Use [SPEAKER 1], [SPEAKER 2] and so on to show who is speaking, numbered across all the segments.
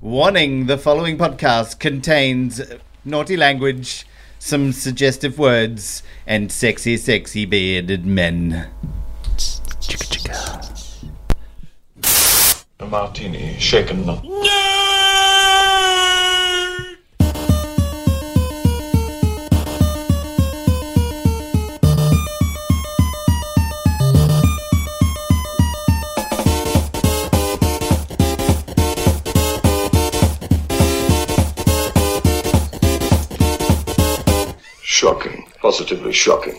[SPEAKER 1] Warning the following podcast contains naughty language, some suggestive words, and sexy, sexy bearded men.
[SPEAKER 2] A martini, shaken not. Shocking. Positively shocking.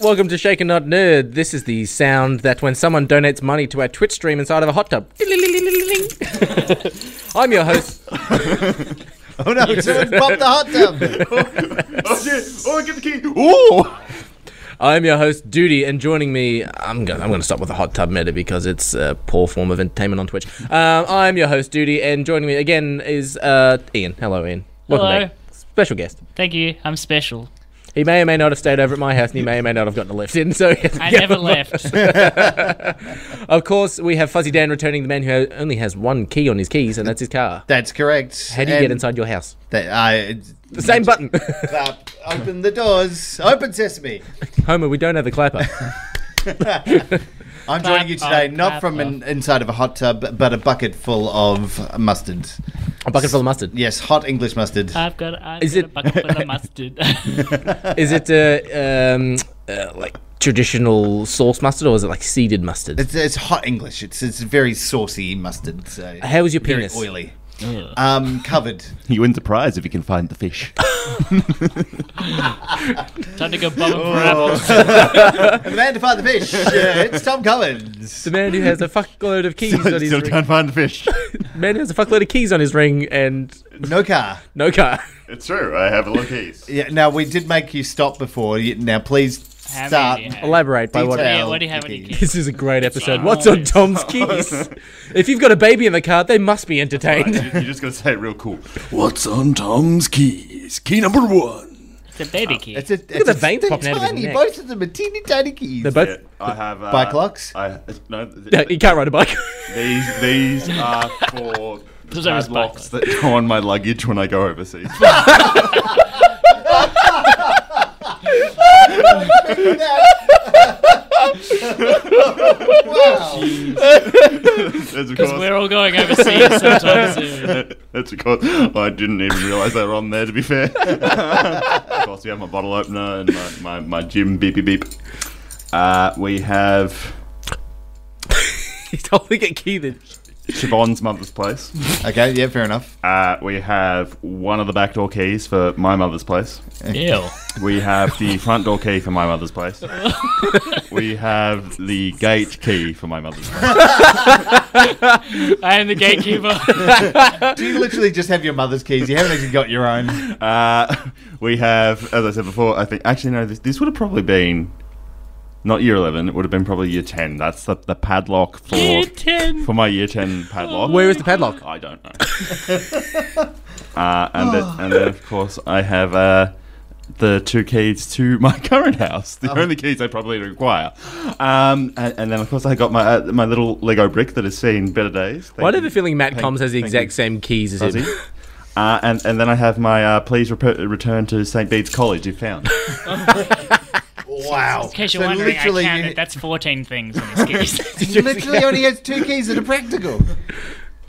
[SPEAKER 3] Welcome to Shaken Not Nerd. This is the sound that when someone donates money to our Twitch stream inside of a hot tub. I'm your host.
[SPEAKER 1] Oh no, someone's popped the hot tub!
[SPEAKER 2] Oh, get the key! Ooh!
[SPEAKER 3] I'm your host, Duty, and joining me, I'm gonna I'm gonna stop with the hot tub meta because it's a poor form of entertainment on Twitch. Um, I'm your host, Duty, and joining me again is uh, Ian. Hello, Ian. Welcome
[SPEAKER 4] Hello.
[SPEAKER 3] back. Special guest.
[SPEAKER 4] Thank you. I'm special.
[SPEAKER 3] He may or may not have stayed over at my house, and he may or may not have gotten a lift in. So
[SPEAKER 4] I never left.
[SPEAKER 3] Of course, we have Fuzzy Dan returning, the man who only has one key on his keys, and that's his car.
[SPEAKER 1] That's correct.
[SPEAKER 3] How do you
[SPEAKER 1] And
[SPEAKER 3] get inside your house?
[SPEAKER 1] That, I,
[SPEAKER 3] The same button.
[SPEAKER 1] uh, open the doors. Open sesame.
[SPEAKER 3] Homer, we don't have the clapper.
[SPEAKER 1] I'm joining you today
[SPEAKER 4] Clap,
[SPEAKER 1] not
[SPEAKER 4] clap,
[SPEAKER 1] from an inside of a hot tub, but a bucket full of mustard.
[SPEAKER 3] A bucket full of mustard.
[SPEAKER 1] Yes, hot English mustard.
[SPEAKER 4] I've got, I've
[SPEAKER 3] Is
[SPEAKER 4] got a
[SPEAKER 3] it-
[SPEAKER 4] bucket full of mustard.
[SPEAKER 3] Is it uh, um, uh, like traditional sauce mustard or is it like seeded mustard?
[SPEAKER 1] It's, it's hot English. It's it's very saucy mustard. So
[SPEAKER 3] How was your
[SPEAKER 1] very
[SPEAKER 3] penis?
[SPEAKER 1] oily. Um, covered.
[SPEAKER 5] You win the prize if you can find the fish.
[SPEAKER 4] Time to go bobbing for apples.
[SPEAKER 1] the man to find the fish. Yeah, it's Tom Collins.
[SPEAKER 3] The man who has a fuckload of keys on his
[SPEAKER 5] Still
[SPEAKER 3] ring.
[SPEAKER 5] can't find the fish.
[SPEAKER 3] Man who has a fuckload of keys on his ring and
[SPEAKER 1] No car.
[SPEAKER 3] no car.
[SPEAKER 5] it's true. I have a look east.
[SPEAKER 1] Yeah. Now we did make you stop before. You- Now please
[SPEAKER 4] How many
[SPEAKER 1] start.
[SPEAKER 4] do you have?
[SPEAKER 3] Elaborate by what.
[SPEAKER 1] Detail.
[SPEAKER 4] Yeah, what do you have in your
[SPEAKER 1] Okay.
[SPEAKER 4] key?
[SPEAKER 3] This is a great episode. What's on Tom's keys? If you've got a baby in the car, they must be entertained.
[SPEAKER 5] You're just gonna say it real cool.
[SPEAKER 6] What's on Tom's keys? Key number one.
[SPEAKER 4] It's a baby key.
[SPEAKER 1] It's a, it's
[SPEAKER 3] the
[SPEAKER 1] a
[SPEAKER 3] veins
[SPEAKER 1] they're
[SPEAKER 3] popping out of his
[SPEAKER 1] tiny.
[SPEAKER 3] neck.
[SPEAKER 1] Both of them are teeny tiny keys.
[SPEAKER 3] They're
[SPEAKER 5] Yeah,
[SPEAKER 3] both.
[SPEAKER 5] I have uh,
[SPEAKER 1] Bike locks?
[SPEAKER 5] I no. th-
[SPEAKER 3] Yeah, you can't ride a bike.
[SPEAKER 5] These these are for the
[SPEAKER 4] Those are his
[SPEAKER 5] bad locks
[SPEAKER 4] bike locks.
[SPEAKER 5] that go on my luggage when I go overseas.
[SPEAKER 1] wow.
[SPEAKER 5] That's
[SPEAKER 4] Because
[SPEAKER 5] because
[SPEAKER 4] we're all going overseas sometime soon.
[SPEAKER 5] that's because I didn't even realise they were on there. To be fair, of course we have my bottle opener and my my, my gym beep beep beep. Uh, we have
[SPEAKER 3] He's holding a key then.
[SPEAKER 5] Siobhan's mother's place.
[SPEAKER 1] Okay. Yeah. Fair enough.
[SPEAKER 5] Uh, we have one of the back door keys for my mother's place.
[SPEAKER 4] Ew.
[SPEAKER 5] We have the front door key for my mother's place. we have the gate key for my mother's place.
[SPEAKER 4] I am the gatekeeper.
[SPEAKER 1] Do you literally just have your mother's keys? You haven't actually got your own.
[SPEAKER 5] Uh, we have, as I said before, I think actually no, this this would have probably been not year eleven. It would have been probably year ten. That's the, the padlock for
[SPEAKER 4] Year 10.
[SPEAKER 5] for my year ten padlock.
[SPEAKER 3] Where is the padlock?
[SPEAKER 5] I don't know. uh, and, then, and then, of course, I have uh, the two keys to my current house, the
[SPEAKER 3] Oh.
[SPEAKER 5] only keys I probably require. Um, and, and then, of course, I got my uh, my little Lego brick that has seen better days. Thank
[SPEAKER 3] Why do I have
[SPEAKER 5] you.
[SPEAKER 3] a feeling Matt
[SPEAKER 5] Thank-
[SPEAKER 3] Combs has the
[SPEAKER 5] thank
[SPEAKER 3] exact
[SPEAKER 5] you,
[SPEAKER 3] same keys as
[SPEAKER 5] Fuzzy.
[SPEAKER 3] him?
[SPEAKER 5] Uh, and, and then I have my uh, please rep- return to St. Bede's College if found.
[SPEAKER 1] Wow.
[SPEAKER 4] In case you're wondering, I counted. That's 14 things in his keys.
[SPEAKER 1] He literally only has two keys that are practical.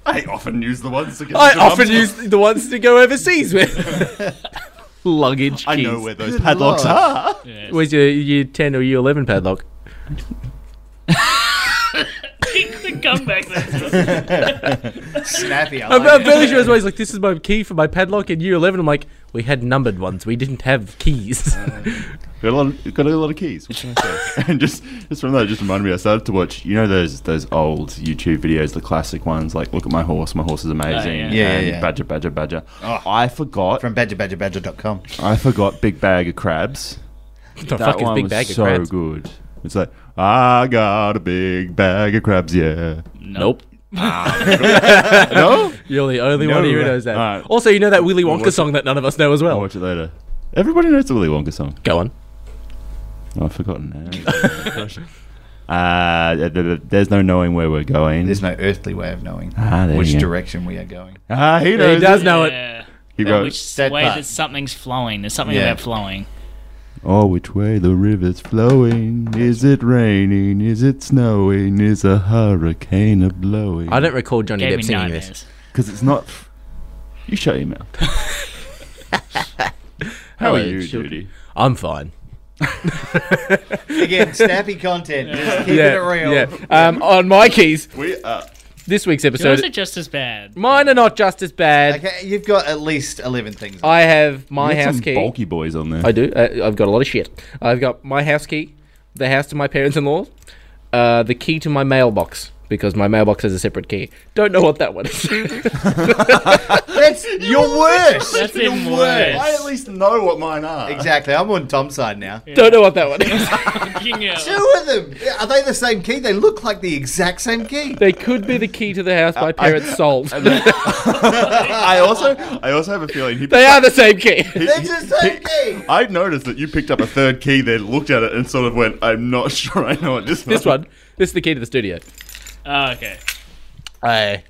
[SPEAKER 5] I often use the ones that get
[SPEAKER 3] I
[SPEAKER 5] to
[SPEAKER 3] often
[SPEAKER 5] Mum's.
[SPEAKER 3] use the ones to go overseas with. Luggage keys.
[SPEAKER 5] I know where those padlocks
[SPEAKER 1] Lord.
[SPEAKER 5] are.
[SPEAKER 3] Where's your year 10 or year 11 padlock?
[SPEAKER 4] Come back. That's
[SPEAKER 1] Snappy. I
[SPEAKER 3] I'm,
[SPEAKER 1] like
[SPEAKER 3] I'm
[SPEAKER 1] it.
[SPEAKER 3] fairly sure it's always like, this is my key for my padlock in year 11. I'm like, we had numbered ones. We didn't have keys.
[SPEAKER 5] Got a lot, of, got a lot of keys. What can I say? and just, just from that, it just reminded me. I started to watch, you know, those those old YouTube videos, the classic ones, like "Look at my horse, my horse is
[SPEAKER 3] Oh,
[SPEAKER 5] amazing,"
[SPEAKER 4] yeah.
[SPEAKER 1] Yeah,
[SPEAKER 5] and
[SPEAKER 1] yeah, yeah.
[SPEAKER 5] "Badger, badger, badger." I forgot.
[SPEAKER 1] From badgerbadgerbadger.com.
[SPEAKER 5] I forgot "Big Bag of Crabs."
[SPEAKER 3] the
[SPEAKER 5] that
[SPEAKER 3] fuck is
[SPEAKER 5] one
[SPEAKER 3] big
[SPEAKER 5] was
[SPEAKER 3] bag of
[SPEAKER 5] so
[SPEAKER 3] crabs?
[SPEAKER 5] good. It's like I got a big bag of crabs, yeah.
[SPEAKER 3] Nope.
[SPEAKER 5] Ah. no,
[SPEAKER 3] You're the only
[SPEAKER 5] No
[SPEAKER 3] one who
[SPEAKER 5] way.
[SPEAKER 3] knows that.
[SPEAKER 5] Alright.
[SPEAKER 3] Also, you know that Willy Wonka
[SPEAKER 5] what's-
[SPEAKER 3] song that none of us know as
[SPEAKER 5] I'll
[SPEAKER 3] well.
[SPEAKER 5] watch it later. Everybody knows the Willy Wonka song.
[SPEAKER 3] Go on.
[SPEAKER 5] Oh, I've forgotten now. Uh, th- th- th- there's no knowing where we're going.
[SPEAKER 1] There's no earthly way of knowing
[SPEAKER 5] Ah, there
[SPEAKER 1] which
[SPEAKER 5] you go.
[SPEAKER 1] direction we are going.
[SPEAKER 5] Ah, he knows.
[SPEAKER 3] He does know it.
[SPEAKER 4] Yeah.
[SPEAKER 5] He
[SPEAKER 4] That
[SPEAKER 5] goes,
[SPEAKER 4] Which
[SPEAKER 1] That
[SPEAKER 4] way
[SPEAKER 1] part.
[SPEAKER 4] that something's flowing. There's something
[SPEAKER 1] Yeah.
[SPEAKER 4] about flowing.
[SPEAKER 5] Oh, which way the river's flowing? Is it raining? Is it snowing? Is a hurricane a blowing?
[SPEAKER 3] I don't recall Johnny
[SPEAKER 4] Gave
[SPEAKER 3] Depp
[SPEAKER 4] me
[SPEAKER 3] singing this.
[SPEAKER 4] nightmares.
[SPEAKER 5] Because it's not. You shut your mouth. How
[SPEAKER 3] Hello,
[SPEAKER 5] are you,
[SPEAKER 3] children.
[SPEAKER 5] Judy?
[SPEAKER 3] I'm fine.
[SPEAKER 1] Again, snappy content. Just keeping it real.
[SPEAKER 3] Um, on my keys,
[SPEAKER 5] We are.
[SPEAKER 3] this week's
[SPEAKER 4] Yours
[SPEAKER 3] episode.
[SPEAKER 4] are just as bad.
[SPEAKER 3] Mine are not just as bad.
[SPEAKER 1] Okay, you've got at least eleven things.
[SPEAKER 4] Uh,
[SPEAKER 3] I have my
[SPEAKER 5] We had
[SPEAKER 3] house
[SPEAKER 5] some
[SPEAKER 3] key.
[SPEAKER 5] bulky boys on there.
[SPEAKER 3] I do. Uh, I've got a lot of shit. I've got my house key, the house to my parents-in-law, uh, the key to my mailbox because my mailbox has a separate key. Don't know what that one is.
[SPEAKER 1] That's your worst.
[SPEAKER 4] That's even worse.
[SPEAKER 5] I at least know what mine are.
[SPEAKER 1] Exactly. I'm on Tom's side now.
[SPEAKER 3] Don't know what that one is.
[SPEAKER 4] Fucking hell.
[SPEAKER 1] Two of them. Are they the same key? They look like the exact same key.
[SPEAKER 3] They could be the key to the house my parents sold.
[SPEAKER 5] I also, I also have a feeling he.
[SPEAKER 3] They are the same key.
[SPEAKER 1] They're just the same key.
[SPEAKER 5] I noticed that you picked up a third key, then looked at it and sort of went, "I'm not sure I know what this
[SPEAKER 3] this one. This is the key to the studio.
[SPEAKER 4] Oh, okay.
[SPEAKER 3] Aye.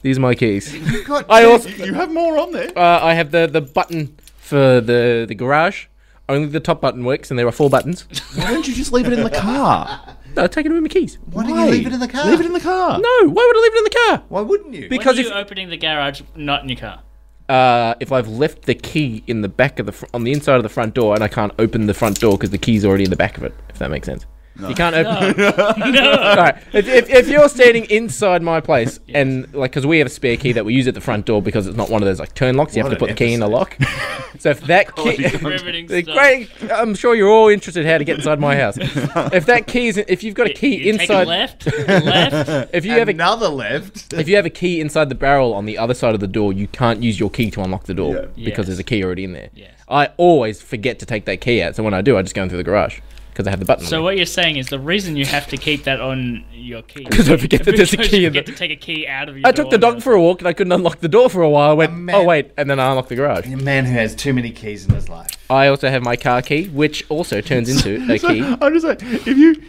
[SPEAKER 3] These are my keys.
[SPEAKER 1] You've got
[SPEAKER 3] I also
[SPEAKER 5] You have more on there.
[SPEAKER 3] uh, I have the, the button for the, the garage. Only the top button works, and there are four buttons.
[SPEAKER 5] Why don't you just leave it in the car?
[SPEAKER 3] No, take it with my keys.
[SPEAKER 1] Why don't you leave it in the car?
[SPEAKER 5] Leave it in the car.
[SPEAKER 3] No, why would I leave it in the car?
[SPEAKER 1] Why wouldn't you?
[SPEAKER 3] Because-
[SPEAKER 4] Because
[SPEAKER 3] if-
[SPEAKER 4] you're opening the garage, not in your car.
[SPEAKER 3] uh, if I've left the key in the back of the fr- on the inside of the front door, and I can't open the front door because the key's already in the back of it. If that makes sense. You can't open. All right. If, if, if you're standing inside my place and like, because we have a spare key that we use at the front door because it's not one of those like turn locks, you have
[SPEAKER 1] What
[SPEAKER 3] to put the
[SPEAKER 1] an
[SPEAKER 3] key in a lock. so if that key,
[SPEAKER 4] Riveting
[SPEAKER 3] the
[SPEAKER 4] stuff.
[SPEAKER 3] great, I'm sure you're all interested how to get inside my house. if that key is, if you've got a key
[SPEAKER 4] You take a
[SPEAKER 3] inside,
[SPEAKER 4] left, left.
[SPEAKER 3] if you have a
[SPEAKER 1] Another left.
[SPEAKER 3] if you have a key inside the barrel on the other side of the door, you can't use your key to unlock the door because
[SPEAKER 4] Yes.
[SPEAKER 3] there's a key already in there.
[SPEAKER 4] Yes.
[SPEAKER 3] I always forget to take that key out, so when I do, I just go in through the garage because I have the button.
[SPEAKER 4] So
[SPEAKER 3] on
[SPEAKER 4] what you're saying is the reason you have to keep that on your key
[SPEAKER 3] 'Cause I forget that there's a
[SPEAKER 4] because
[SPEAKER 3] key
[SPEAKER 4] you
[SPEAKER 3] in
[SPEAKER 4] forget
[SPEAKER 3] the-
[SPEAKER 4] to take a key out of your.
[SPEAKER 3] I took the dog for a walk and I couldn't unlock the door for a while. I went,
[SPEAKER 1] man-
[SPEAKER 3] oh wait, and then I unlocked the garage.
[SPEAKER 1] A man who has too many keys in his life.
[SPEAKER 3] I also have my car key, which also turns into a key.
[SPEAKER 5] I'm just like, if you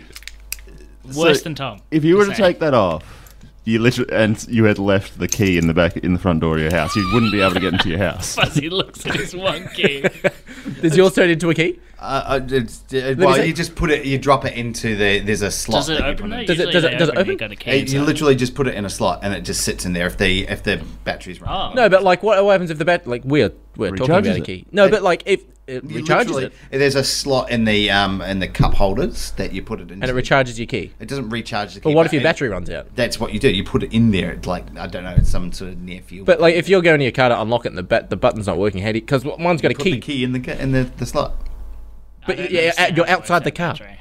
[SPEAKER 4] worse
[SPEAKER 5] So,
[SPEAKER 4] than Tom.
[SPEAKER 5] if you were to
[SPEAKER 4] Just saying.
[SPEAKER 5] take that off, you literally and you had left the key in the back in the front door of your house, you wouldn't be able to get into your house.
[SPEAKER 4] Fuzzy looks at his one key.
[SPEAKER 3] Does yours turn into a key?
[SPEAKER 1] Uh, uh, it's, uh, well,
[SPEAKER 3] say-
[SPEAKER 1] you just put it. You drop it into the. There's a slot.
[SPEAKER 4] Does it
[SPEAKER 1] that you
[SPEAKER 4] open
[SPEAKER 1] put
[SPEAKER 4] though?
[SPEAKER 1] in.
[SPEAKER 3] Does it-
[SPEAKER 4] Usually
[SPEAKER 3] does it-
[SPEAKER 4] they
[SPEAKER 3] does it
[SPEAKER 4] open when
[SPEAKER 3] open?
[SPEAKER 4] You got a key
[SPEAKER 1] Uh, You
[SPEAKER 4] inside.
[SPEAKER 1] literally just put it in a slot, and it just sits in there if the if the battery's running.
[SPEAKER 4] Oh.
[SPEAKER 3] No, but like, what happens if the bat? Like, we're we're talking
[SPEAKER 5] Recharges
[SPEAKER 3] about a
[SPEAKER 5] it.
[SPEAKER 3] key. No, but like, if it
[SPEAKER 1] You
[SPEAKER 3] recharges it
[SPEAKER 1] literally- There's a slot in the um in the cup holders that you put it in.
[SPEAKER 3] and it recharges your key.
[SPEAKER 1] It doesn't recharge the.
[SPEAKER 3] But
[SPEAKER 1] key,
[SPEAKER 3] what if your
[SPEAKER 1] it-
[SPEAKER 3] battery runs out?
[SPEAKER 1] That's what you do. You put it in there. It's like I don't know. It's some sort of near field.
[SPEAKER 3] But like, if you're going to your car to unlock it and the bat the button's not working, how do you? Because mine's got a
[SPEAKER 1] put
[SPEAKER 3] key.
[SPEAKER 1] the key in the ca- in the, the slot.
[SPEAKER 4] I
[SPEAKER 3] But
[SPEAKER 4] don't
[SPEAKER 3] yeah,
[SPEAKER 4] understand
[SPEAKER 3] you're
[SPEAKER 4] how it works,
[SPEAKER 3] outside the
[SPEAKER 4] that
[SPEAKER 3] car.
[SPEAKER 4] battery.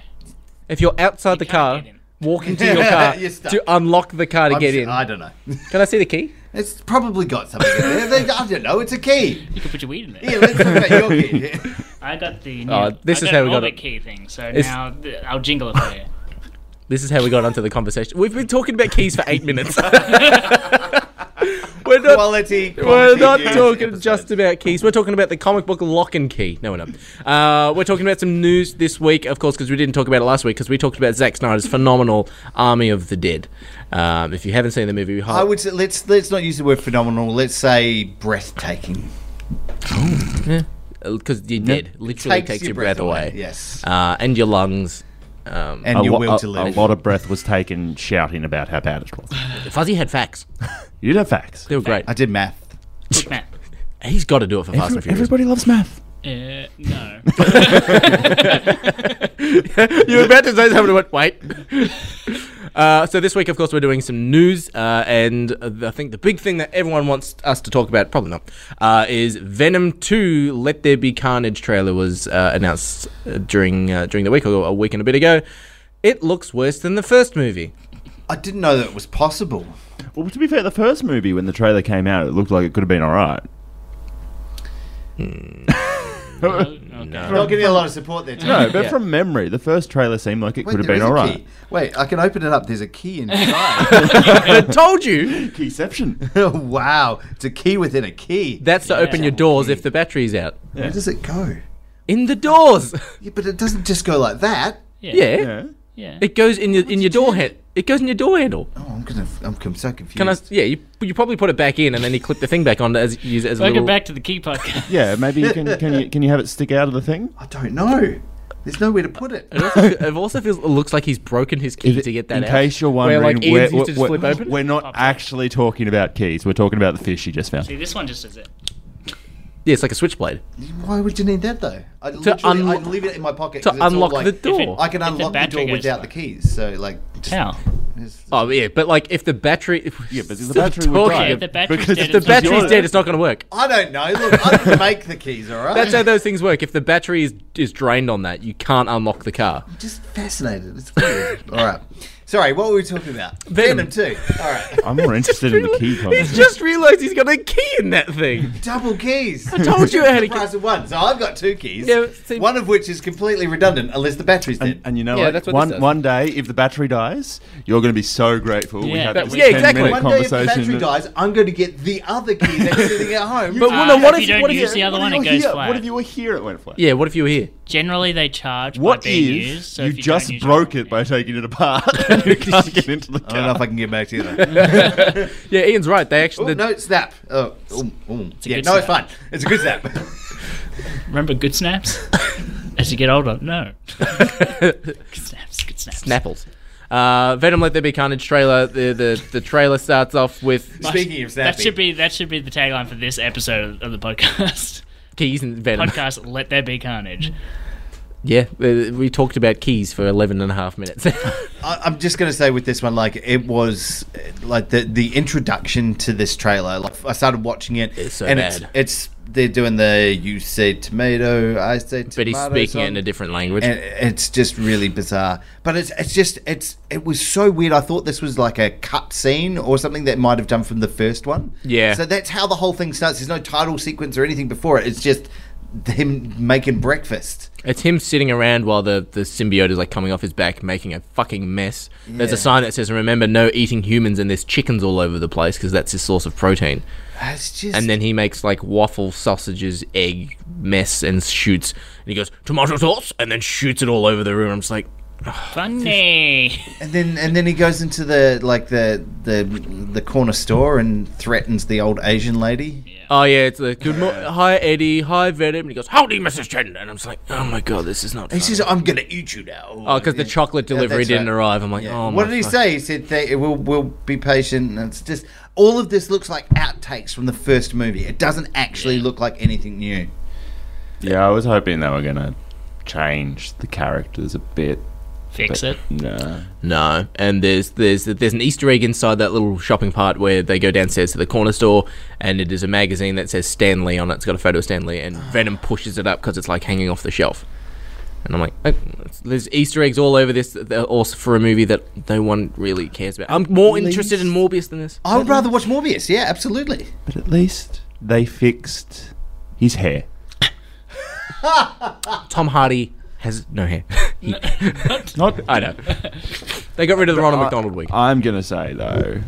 [SPEAKER 3] If you're outside the
[SPEAKER 4] can't
[SPEAKER 3] car,
[SPEAKER 4] get in.
[SPEAKER 3] walk into your car
[SPEAKER 1] You're stuck.
[SPEAKER 3] to unlock the car to
[SPEAKER 1] I'm
[SPEAKER 3] get
[SPEAKER 1] s-
[SPEAKER 3] in.
[SPEAKER 1] I don't know.
[SPEAKER 3] Can I see the key?
[SPEAKER 1] It's probably got something in there. They- I don't know. It's a key.
[SPEAKER 4] You could put your weed in there.
[SPEAKER 1] Here, let's talk about your key.
[SPEAKER 4] I got the. New,
[SPEAKER 3] Oh, this
[SPEAKER 4] I
[SPEAKER 3] is
[SPEAKER 4] got
[SPEAKER 3] how
[SPEAKER 4] an
[SPEAKER 3] we got
[SPEAKER 4] orbit
[SPEAKER 3] it.
[SPEAKER 4] key thing. So
[SPEAKER 3] It's-
[SPEAKER 4] now th- I'll jingle it for you.
[SPEAKER 3] This is how we got onto the conversation. We've been talking about keys for eight minutes. we're not,
[SPEAKER 1] Quality.
[SPEAKER 3] we're
[SPEAKER 1] quality
[SPEAKER 3] not
[SPEAKER 1] news
[SPEAKER 3] talking
[SPEAKER 1] episode.
[SPEAKER 3] just about keys. We're talking about the comic book lock and key. No, we're not. Uh, we're talking about some news this week, of course, because we didn't talk about it last week, because we talked about Zack Snyder's phenomenal Army of the Dead. Um, if you haven't seen the movie, we
[SPEAKER 1] I would say, let's let's not use the word phenomenal. Let's say breathtaking.
[SPEAKER 3] Because you're dead. Literally takes, your breath, away.
[SPEAKER 1] Yes.
[SPEAKER 3] Uh, and your lungs. Um,
[SPEAKER 1] and your will to live.
[SPEAKER 5] lot of breath was taken shouting about how bad it was.
[SPEAKER 3] Fuzzy had facts.
[SPEAKER 5] You know facts.
[SPEAKER 3] They were great.
[SPEAKER 1] I did math.
[SPEAKER 4] Look, Matt.
[SPEAKER 3] He's got to do it for Fast and
[SPEAKER 5] Every-
[SPEAKER 3] Furious.
[SPEAKER 5] Everybody loves math.
[SPEAKER 4] Uh, no.
[SPEAKER 3] you were about to say something, but wait. Uh, so this week, of course, we're doing some news, uh, and uh, I think the big thing that everyone wants us to talk about, probably not, uh, is Venom Two: Let There Be Carnage trailer was uh, announced uh, during uh, during the week, or a week and a bit ago. It looks worse than the first movie.
[SPEAKER 1] I didn't know that it was possible.
[SPEAKER 5] Well, to be fair, the first movie when the trailer came out, it looked like it could have been all right.
[SPEAKER 1] You're not giving me a lot of support there. Tony.
[SPEAKER 5] No, but from memory, the first trailer seemed like it
[SPEAKER 1] Wait,
[SPEAKER 5] could have
[SPEAKER 1] there
[SPEAKER 5] been
[SPEAKER 1] is
[SPEAKER 5] all
[SPEAKER 1] a
[SPEAKER 5] right.
[SPEAKER 1] key. Wait, I can open it up. There's a key inside.
[SPEAKER 3] I told you
[SPEAKER 5] Keyception.
[SPEAKER 1] wow, it's a key within a key.
[SPEAKER 3] that's to open your doors if the battery's out.
[SPEAKER 1] Where does it go?
[SPEAKER 3] In the doors.
[SPEAKER 1] Yeah, but it doesn't just go like that.
[SPEAKER 3] yeah.
[SPEAKER 5] Yeah.
[SPEAKER 4] Yeah.
[SPEAKER 3] It goes in your in your door hand. It goes in your door handle.
[SPEAKER 1] Oh, I'm gonna. I'm, com- so confused.
[SPEAKER 3] Can I? Yeah, you, you probably put it back in and then you clip the thing back on to as use it as a
[SPEAKER 4] Welcome
[SPEAKER 3] little.
[SPEAKER 4] back to the key podcast.
[SPEAKER 5] Yeah, maybe you can can you can you have it stick out of the thing?
[SPEAKER 1] I don't know. There's nowhere to put it.
[SPEAKER 3] It also, it also feels it looks like he's broken his key to get that
[SPEAKER 5] in
[SPEAKER 3] out.
[SPEAKER 5] case you're
[SPEAKER 3] where
[SPEAKER 5] wondering,
[SPEAKER 3] like
[SPEAKER 5] we're,
[SPEAKER 3] Ian's used to just
[SPEAKER 5] we're-
[SPEAKER 3] flip open.
[SPEAKER 5] we're not actually talking about keys. We're talking about the fish you just found.
[SPEAKER 4] See, this one just does it.
[SPEAKER 3] Yeah, it's like a switchblade
[SPEAKER 1] Why would you need that though? I literally,
[SPEAKER 3] unlo-
[SPEAKER 1] I leave it in my pocket.
[SPEAKER 3] to
[SPEAKER 1] 'cause it's all,
[SPEAKER 3] unlock
[SPEAKER 1] like-
[SPEAKER 3] the door.
[SPEAKER 4] it-
[SPEAKER 1] I can
[SPEAKER 4] If the
[SPEAKER 1] unlock the, door
[SPEAKER 4] battery goes
[SPEAKER 1] without
[SPEAKER 4] low.
[SPEAKER 1] the keys. So like, just,
[SPEAKER 4] How?
[SPEAKER 1] it's-
[SPEAKER 3] Oh yeah, but like if the battery, if
[SPEAKER 5] Yeah, but the
[SPEAKER 3] still
[SPEAKER 5] battery would
[SPEAKER 3] talking,
[SPEAKER 5] die.
[SPEAKER 4] Yeah, if the battery's
[SPEAKER 5] Because
[SPEAKER 4] dead,
[SPEAKER 5] if
[SPEAKER 3] the
[SPEAKER 4] it's not
[SPEAKER 3] battery's
[SPEAKER 4] yours.
[SPEAKER 3] dead, it's not going to work.
[SPEAKER 1] I don't know. Look, I didn't make the keys. All right.
[SPEAKER 3] That's how those things work. If the battery is, is drained on that, you can't unlock the car.
[SPEAKER 1] just fascinated. It's weird. all right. Sorry. What were we talking about?
[SPEAKER 3] Venom.
[SPEAKER 1] Venom, too. All right.
[SPEAKER 5] I'm more interested in the key
[SPEAKER 3] He's
[SPEAKER 5] concept.
[SPEAKER 3] just realised he's got a key in that thing.
[SPEAKER 1] Double keys.
[SPEAKER 3] I told you I had a key.
[SPEAKER 1] Price of one. So I've got two keys.
[SPEAKER 3] Yeah, but see-
[SPEAKER 1] one of which is completely redundant unless the battery's dead.
[SPEAKER 5] And, and you know
[SPEAKER 3] Yeah,
[SPEAKER 5] what?
[SPEAKER 3] that's what this
[SPEAKER 5] One
[SPEAKER 3] does.
[SPEAKER 5] one day, if the battery dies, you're going to be so grateful we
[SPEAKER 4] Yeah,
[SPEAKER 5] had
[SPEAKER 4] that-
[SPEAKER 5] this
[SPEAKER 4] yeah,
[SPEAKER 5] 10
[SPEAKER 3] exactly.
[SPEAKER 5] minute
[SPEAKER 1] one day if the
[SPEAKER 5] conversation.
[SPEAKER 1] battery
[SPEAKER 5] that-
[SPEAKER 1] dies, I'm going to get the other key that's sitting at home.
[SPEAKER 3] But
[SPEAKER 4] Uh,
[SPEAKER 3] no, what
[SPEAKER 4] if you
[SPEAKER 3] if
[SPEAKER 4] don't
[SPEAKER 3] what if
[SPEAKER 4] use the other one,
[SPEAKER 5] What if
[SPEAKER 4] it
[SPEAKER 5] you were
[SPEAKER 4] goes
[SPEAKER 5] here-
[SPEAKER 4] flat.
[SPEAKER 5] What if you were here? It went flat.
[SPEAKER 3] Yeah, what if you were here?
[SPEAKER 4] Generally, they charge
[SPEAKER 5] What
[SPEAKER 4] by being
[SPEAKER 5] if
[SPEAKER 4] used. So
[SPEAKER 5] you
[SPEAKER 4] if you
[SPEAKER 5] just
[SPEAKER 4] don't use
[SPEAKER 5] broke it by taking it apart and you can't get into the
[SPEAKER 1] I don't know
[SPEAKER 5] car?
[SPEAKER 1] if I can get back to you. though.
[SPEAKER 3] Yeah, Ian's right. They
[SPEAKER 1] Oh,
[SPEAKER 3] actually the,
[SPEAKER 1] no, snap. Oh, ooh, ooh.
[SPEAKER 4] a
[SPEAKER 1] yeah, no,
[SPEAKER 4] good
[SPEAKER 1] it's fine. It's a good snap.
[SPEAKER 4] Remember good snaps? As you get older, no. good snaps, good snaps.
[SPEAKER 3] Snapples. Uh, Venom Let There Be Carnage trailer. The the, the trailer starts off with
[SPEAKER 1] Speaking of snapping,
[SPEAKER 4] That should be that should be the tagline for this episode of the podcast.
[SPEAKER 3] keys and Venom.
[SPEAKER 4] podcast Let There Be Carnage.
[SPEAKER 3] Yeah, we we talked about keys for 11 and a half minutes.
[SPEAKER 1] I, I'm just going to say with this one, like it was uh, like the the introduction to this trailer. Like I started watching it,
[SPEAKER 3] It's so
[SPEAKER 1] and
[SPEAKER 3] bad.
[SPEAKER 1] it's it's they're doing the you say tomato, I say tomato.
[SPEAKER 3] but he's speaking it
[SPEAKER 1] song.
[SPEAKER 3] in a different language.
[SPEAKER 1] and it's just really bizarre. But it's it's just it's it was so weird. I thought this was like a cut scene or something that might have done from the first one.
[SPEAKER 3] Yeah.
[SPEAKER 1] So that's how the whole thing starts. There's no title sequence or anything before it. It's just him making breakfast.
[SPEAKER 3] It's him sitting around while the, the symbiote is like coming off his back, making a fucking mess. There's a
[SPEAKER 1] Yeah.
[SPEAKER 3] sign that says, "Remember, no eating humans," and there's chickens all over the place because that's his source of protein.
[SPEAKER 1] It's just
[SPEAKER 3] And then he makes like waffle, sausages, egg mess, and shoots. And he goes tomato sauce, and then shoots it all over the room. I'm just like,
[SPEAKER 4] Funny.
[SPEAKER 1] and then and then he goes into the like the the the corner store and threatens the old Asian lady.
[SPEAKER 3] oh yeah, it's like good morning, hi Eddie, hi Venom. And he goes, howdy, Mrs. Chen. And I'm just like, oh my god, this is not.
[SPEAKER 1] He
[SPEAKER 3] fun."
[SPEAKER 1] says, "I'm gonna eat you now."
[SPEAKER 3] Oh, because the
[SPEAKER 1] Yeah.
[SPEAKER 3] chocolate
[SPEAKER 1] Yeah,
[SPEAKER 3] delivery
[SPEAKER 1] that's
[SPEAKER 3] didn't
[SPEAKER 1] right.
[SPEAKER 3] arrive. I'm like,
[SPEAKER 1] Yeah.
[SPEAKER 3] oh my.
[SPEAKER 1] what did he
[SPEAKER 3] fuck."
[SPEAKER 1] say? He said that we'll we'll be patient. And it's just all of this looks like outtakes from the first movie. It doesn't actually look like anything new.
[SPEAKER 5] Yeah, I was hoping they were going to change the characters a bit.
[SPEAKER 4] Fix it.
[SPEAKER 5] No.
[SPEAKER 3] No, and there's there's there's an Easter egg inside that little shopping part where they go downstairs to the corner store, and it is a magazine that says Stanley on it. It's got a photo of Stanley, and Venom pushes it up because it's like hanging off the shelf. And I'm like, oh, it's- there's Easter eggs all over this, that- also for a movie that no one really cares about. I'm more interested in Morbius than this.
[SPEAKER 1] I would rather watch Morbius. Yeah, absolutely.
[SPEAKER 5] But at least they fixed his hair.
[SPEAKER 3] Tom Hardy has no hair.
[SPEAKER 5] Not
[SPEAKER 3] I know. They got rid of the Ronald McDonald wig.
[SPEAKER 5] Uh, I'm going to say, though,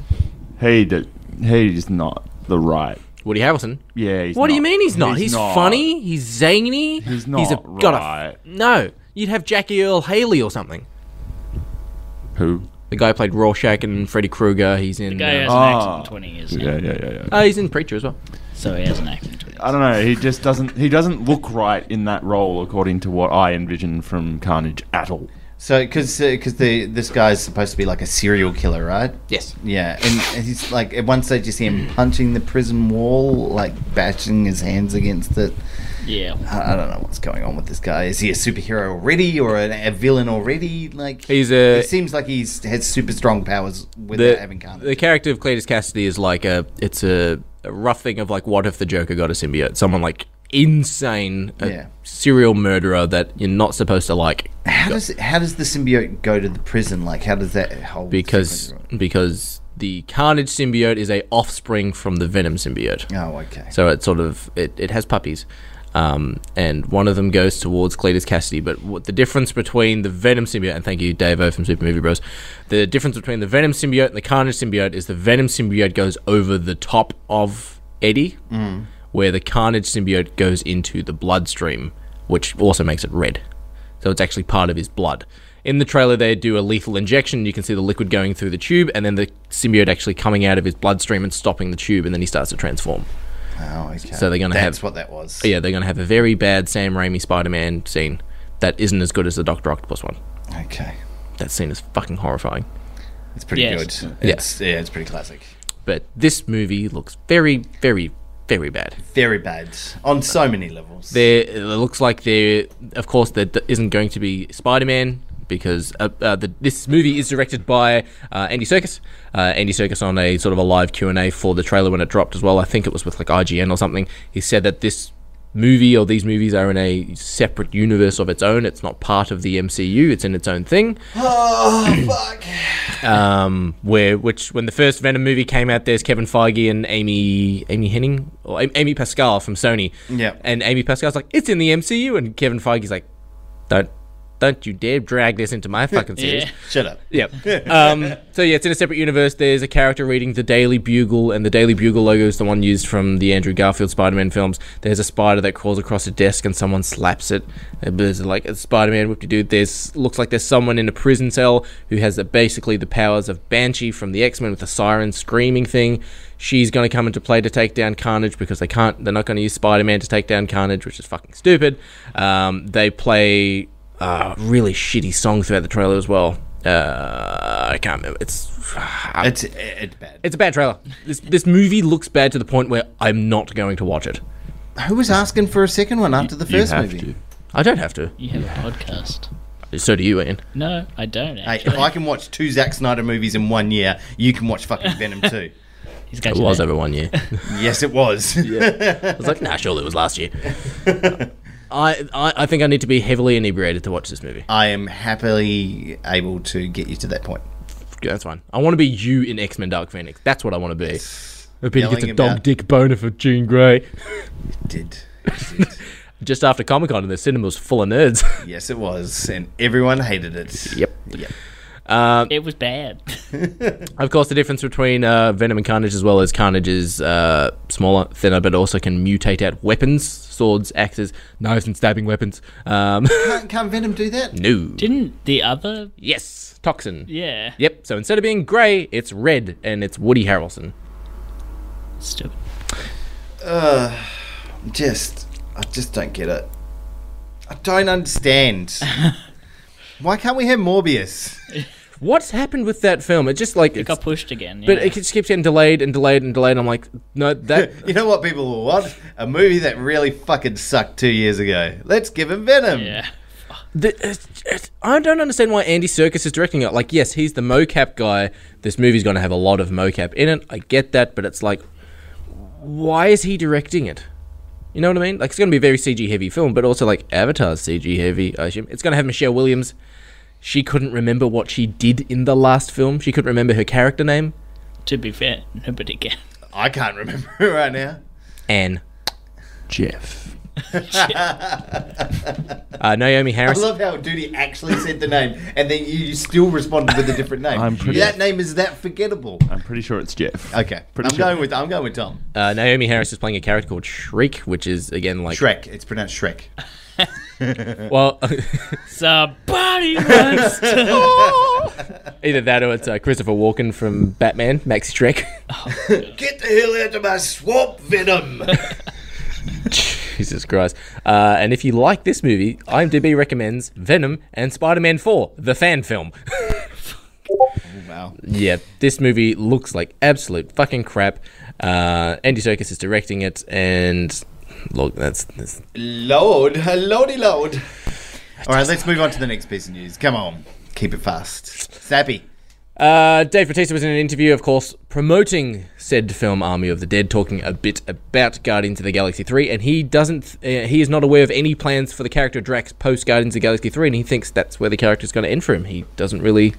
[SPEAKER 5] he did, he's not the right.
[SPEAKER 3] Woody Harrelson.
[SPEAKER 5] Yeah, he's
[SPEAKER 3] What do you
[SPEAKER 5] not-
[SPEAKER 3] mean he's not? He's,
[SPEAKER 5] not.
[SPEAKER 3] funny. He's zany.
[SPEAKER 5] He's
[SPEAKER 3] He's a,
[SPEAKER 5] not
[SPEAKER 3] got a-
[SPEAKER 5] right.
[SPEAKER 3] no, you'd have Jackie Earl Haley or something.
[SPEAKER 5] Who?
[SPEAKER 3] The guy who played Rorschach and Freddy Krueger. He's in.
[SPEAKER 4] Guy has
[SPEAKER 3] uh,
[SPEAKER 4] an act
[SPEAKER 5] Ah.
[SPEAKER 4] in 20 years.
[SPEAKER 5] Yeah, yeah, yeah, yeah.
[SPEAKER 3] oh, he's in Preacher as well.
[SPEAKER 4] So he has an act in 20 years.
[SPEAKER 5] I don't know. He just doesn't. He doesn't look right in that role, according to what I envision from Carnage at all.
[SPEAKER 1] So, because because the this guy's supposed to be like a serial killer, right?
[SPEAKER 3] Yes.
[SPEAKER 1] Yeah, and and he's like at one stage you see him punching the prison wall, like bashing his hands against it.
[SPEAKER 4] Yeah.
[SPEAKER 1] I I don't know what's going on with this guy. Is he a superhero already, or a, a villain already? Like
[SPEAKER 3] He's a-
[SPEAKER 1] It seems like he's has super strong powers without
[SPEAKER 3] The,
[SPEAKER 1] having carnage.
[SPEAKER 3] the character of Cletus Cassidy is like a. It's a, a rough thing of like, what if the Joker got a symbiote? Someone like insane, a
[SPEAKER 1] Yeah.
[SPEAKER 3] serial murderer that you're not supposed to like
[SPEAKER 1] How does how does the symbiote go to the prison? Like how does that whole
[SPEAKER 3] because
[SPEAKER 1] sequence
[SPEAKER 3] because the Carnage symbiote is a offspring from the Venom symbiote.
[SPEAKER 1] work? oh okay.
[SPEAKER 3] So it sort of it, it has puppies, um, and one of them goes towards Cletus Cassidy. But what the difference between the Venom symbiote and thank you Dave O from Super Movie Bros, the difference between the Venom symbiote and the Carnage symbiote is the Venom symbiote goes over the top of Eddie, where the Carnage symbiote goes into the bloodstream, which also makes it red. So it's actually part of his blood. in the trailer, they do a lethal injection. You can see the liquid going through the tube, and then the symbiote actually coming out of his bloodstream and stopping the tube, and then he starts to transform.
[SPEAKER 1] Oh, okay.
[SPEAKER 3] So they're gonna
[SPEAKER 1] That's
[SPEAKER 3] have-
[SPEAKER 1] what that was.
[SPEAKER 3] But yeah, they're going to have a very bad Sam Raimi Spider Man scene that isn't as good as the Doctor Octopus one.
[SPEAKER 1] Okay.
[SPEAKER 3] That scene is fucking horrifying.
[SPEAKER 1] It's pretty
[SPEAKER 4] Yes.
[SPEAKER 1] good. It's, yeah, it's pretty classic.
[SPEAKER 3] But this movie looks very, very, very bad.
[SPEAKER 1] Very bad on so many levels.
[SPEAKER 3] There, it looks like there. Of course, there d- isn't going to be Spider-Man because uh, uh, the, this movie is directed by uh, Andy Serkis. Uh, Andy Serkis on a sort of a live Q and A for the trailer when it dropped as well. I think it was with like IGN or something. He said that this movie or these movies are in a separate universe of its own. It's not part of the MCU. It's in its own thing. Um, where which when the first Venom movie came out, there's Kevin Feige and Amy Amy Henning or A- Amy Pascal from Sony.
[SPEAKER 1] Yeah.
[SPEAKER 3] And Amy Pascal's like, it's in the MCU, and Kevin Feige's like, don't don't you dare drag this into my fucking series.
[SPEAKER 4] Yeah.
[SPEAKER 1] Shut up.
[SPEAKER 3] Yep. Um, so yeah, it's in a separate universe. There's a character reading the Daily Bugle, and the Daily Bugle logo is the one used from the Andrew Garfield Spider-Man films. There's a spider that crawls across a desk, and someone slaps it. And There's like a Spider-Man whip to do. There's looks like there's someone in a prison cell who has the, basically the powers of Banshee from the X-Men with the siren screaming thing. She's going to come into play to take down Carnage because they can't. They're not going to use Spider-Man to take down Carnage, which is fucking stupid. Um, they play uh, really shitty song throughout the trailer as well. Uh, I can't remember. It's uh,
[SPEAKER 1] It's it's bad.
[SPEAKER 3] it's a bad trailer. This this movie looks bad to the point where I'm not going to watch it.
[SPEAKER 1] Who was asking for a second one after the first movie?
[SPEAKER 3] I don't have to.
[SPEAKER 4] You have a podcast.
[SPEAKER 3] So do you, Ian.
[SPEAKER 4] No, I don't.
[SPEAKER 1] Hey,
[SPEAKER 4] Actually.
[SPEAKER 1] if I can watch two Zack Snyder movies in one year, you can watch fucking Venom too.
[SPEAKER 4] He's got
[SPEAKER 3] It
[SPEAKER 4] you
[SPEAKER 3] was
[SPEAKER 4] there.
[SPEAKER 3] over one year. I
[SPEAKER 1] yes, it was.
[SPEAKER 3] was like, nah, surely it was last year. I, I I think I need to be heavily inebriated to watch this movie.
[SPEAKER 1] I am happily able to get you to that point.
[SPEAKER 3] That's fine. I want to be you in X Men Dark Phoenix. That's what I want to be. I've been
[SPEAKER 1] Yelling
[SPEAKER 3] gets a dog
[SPEAKER 1] about-
[SPEAKER 3] dick boner for Jean Grey.
[SPEAKER 1] Did. Did.
[SPEAKER 3] Just after Comic Con, and the cinema was full of nerds.
[SPEAKER 1] yes, it was, and everyone hated it.
[SPEAKER 3] Yep.
[SPEAKER 1] Yep.
[SPEAKER 4] It was bad.
[SPEAKER 3] Of course, the difference between uh, Venom and Carnage as well is Carnage is uh, smaller, thinner, but also can mutate out weapons, swords, axes, knives, and stabbing weapons. Um,
[SPEAKER 1] Can't, can't Venom do that?
[SPEAKER 3] no.
[SPEAKER 4] Didn't the other?
[SPEAKER 3] yes. Toxin.
[SPEAKER 4] Yeah.
[SPEAKER 3] Yep. So instead of being grey, it's red, and it's Woody Harrelson.
[SPEAKER 4] Stupid.
[SPEAKER 1] Just, I just don't get it. I don't understand. Why can't we have Morbius?
[SPEAKER 3] What's happened with that film? It just like.
[SPEAKER 4] It
[SPEAKER 3] It's,
[SPEAKER 4] got pushed again.
[SPEAKER 3] but
[SPEAKER 4] yeah.
[SPEAKER 3] it just keeps getting delayed and delayed and delayed. And I'm like, no, that.
[SPEAKER 1] You know what people will want? A movie that really fucking sucked two years ago. Let's give him Venom.
[SPEAKER 4] yeah.
[SPEAKER 3] The, it's, it's, I don't understand why Andy Circus is directing it. Like, yes, he's the mocap guy. This movie's going to have a lot of mocap in it. I get that, but it's like, why is he directing it? You know what I mean? Like, it's going to be a very CG heavy film, but also like Avatar's CG heavy. I assume it's going to have Michelle Williams. She couldn't remember what she did in the last film. She couldn't remember her character name.
[SPEAKER 4] To be fair, nobody can.
[SPEAKER 1] I can't remember it right now.
[SPEAKER 3] Anne.
[SPEAKER 6] Jeff.
[SPEAKER 3] Uh, Naomi
[SPEAKER 1] I
[SPEAKER 3] Harris.
[SPEAKER 1] love how Duty actually said the name, and then you still responded with a different name.
[SPEAKER 5] I'm pretty-
[SPEAKER 1] that name is that forgettable.
[SPEAKER 5] I'm pretty sure it's Jeff.
[SPEAKER 1] Okay,
[SPEAKER 5] Pretty
[SPEAKER 1] I'm
[SPEAKER 5] sure.
[SPEAKER 1] going with I'm going with Tom.
[SPEAKER 3] uh, Naomi Harris is playing a character called Shriek, which is again like
[SPEAKER 1] Shrek. It's pronounced Shrek.
[SPEAKER 3] well.
[SPEAKER 4] Somebody wants to.
[SPEAKER 3] Either that or it's uh, Christopher Walken from Batman, Max Shrek.
[SPEAKER 1] Get the hell out of my swamp, Venom.
[SPEAKER 3] Jesus Christ. Uh, and if you like this movie, IMDb recommends Venom and Spider Man 4, the fan film.
[SPEAKER 1] wow.
[SPEAKER 3] yeah, this movie looks like absolute fucking crap. Uh, Andy Serkis is directing it, and look, that's. that's
[SPEAKER 1] Lord, lordy lord. All right, let's move on to the next piece of news. Come on, keep it fast. Sappy.
[SPEAKER 3] Uh, Dave Bautista was in an interview, of course, promoting said film Army of the Dead, talking a bit about Guardians of the Galaxy 3, and he doesn't, uh, he is not aware of any plans for the character Drax post Guardians of the Galaxy 3, and he thinks that's where the character's going to end for him. He doesn't really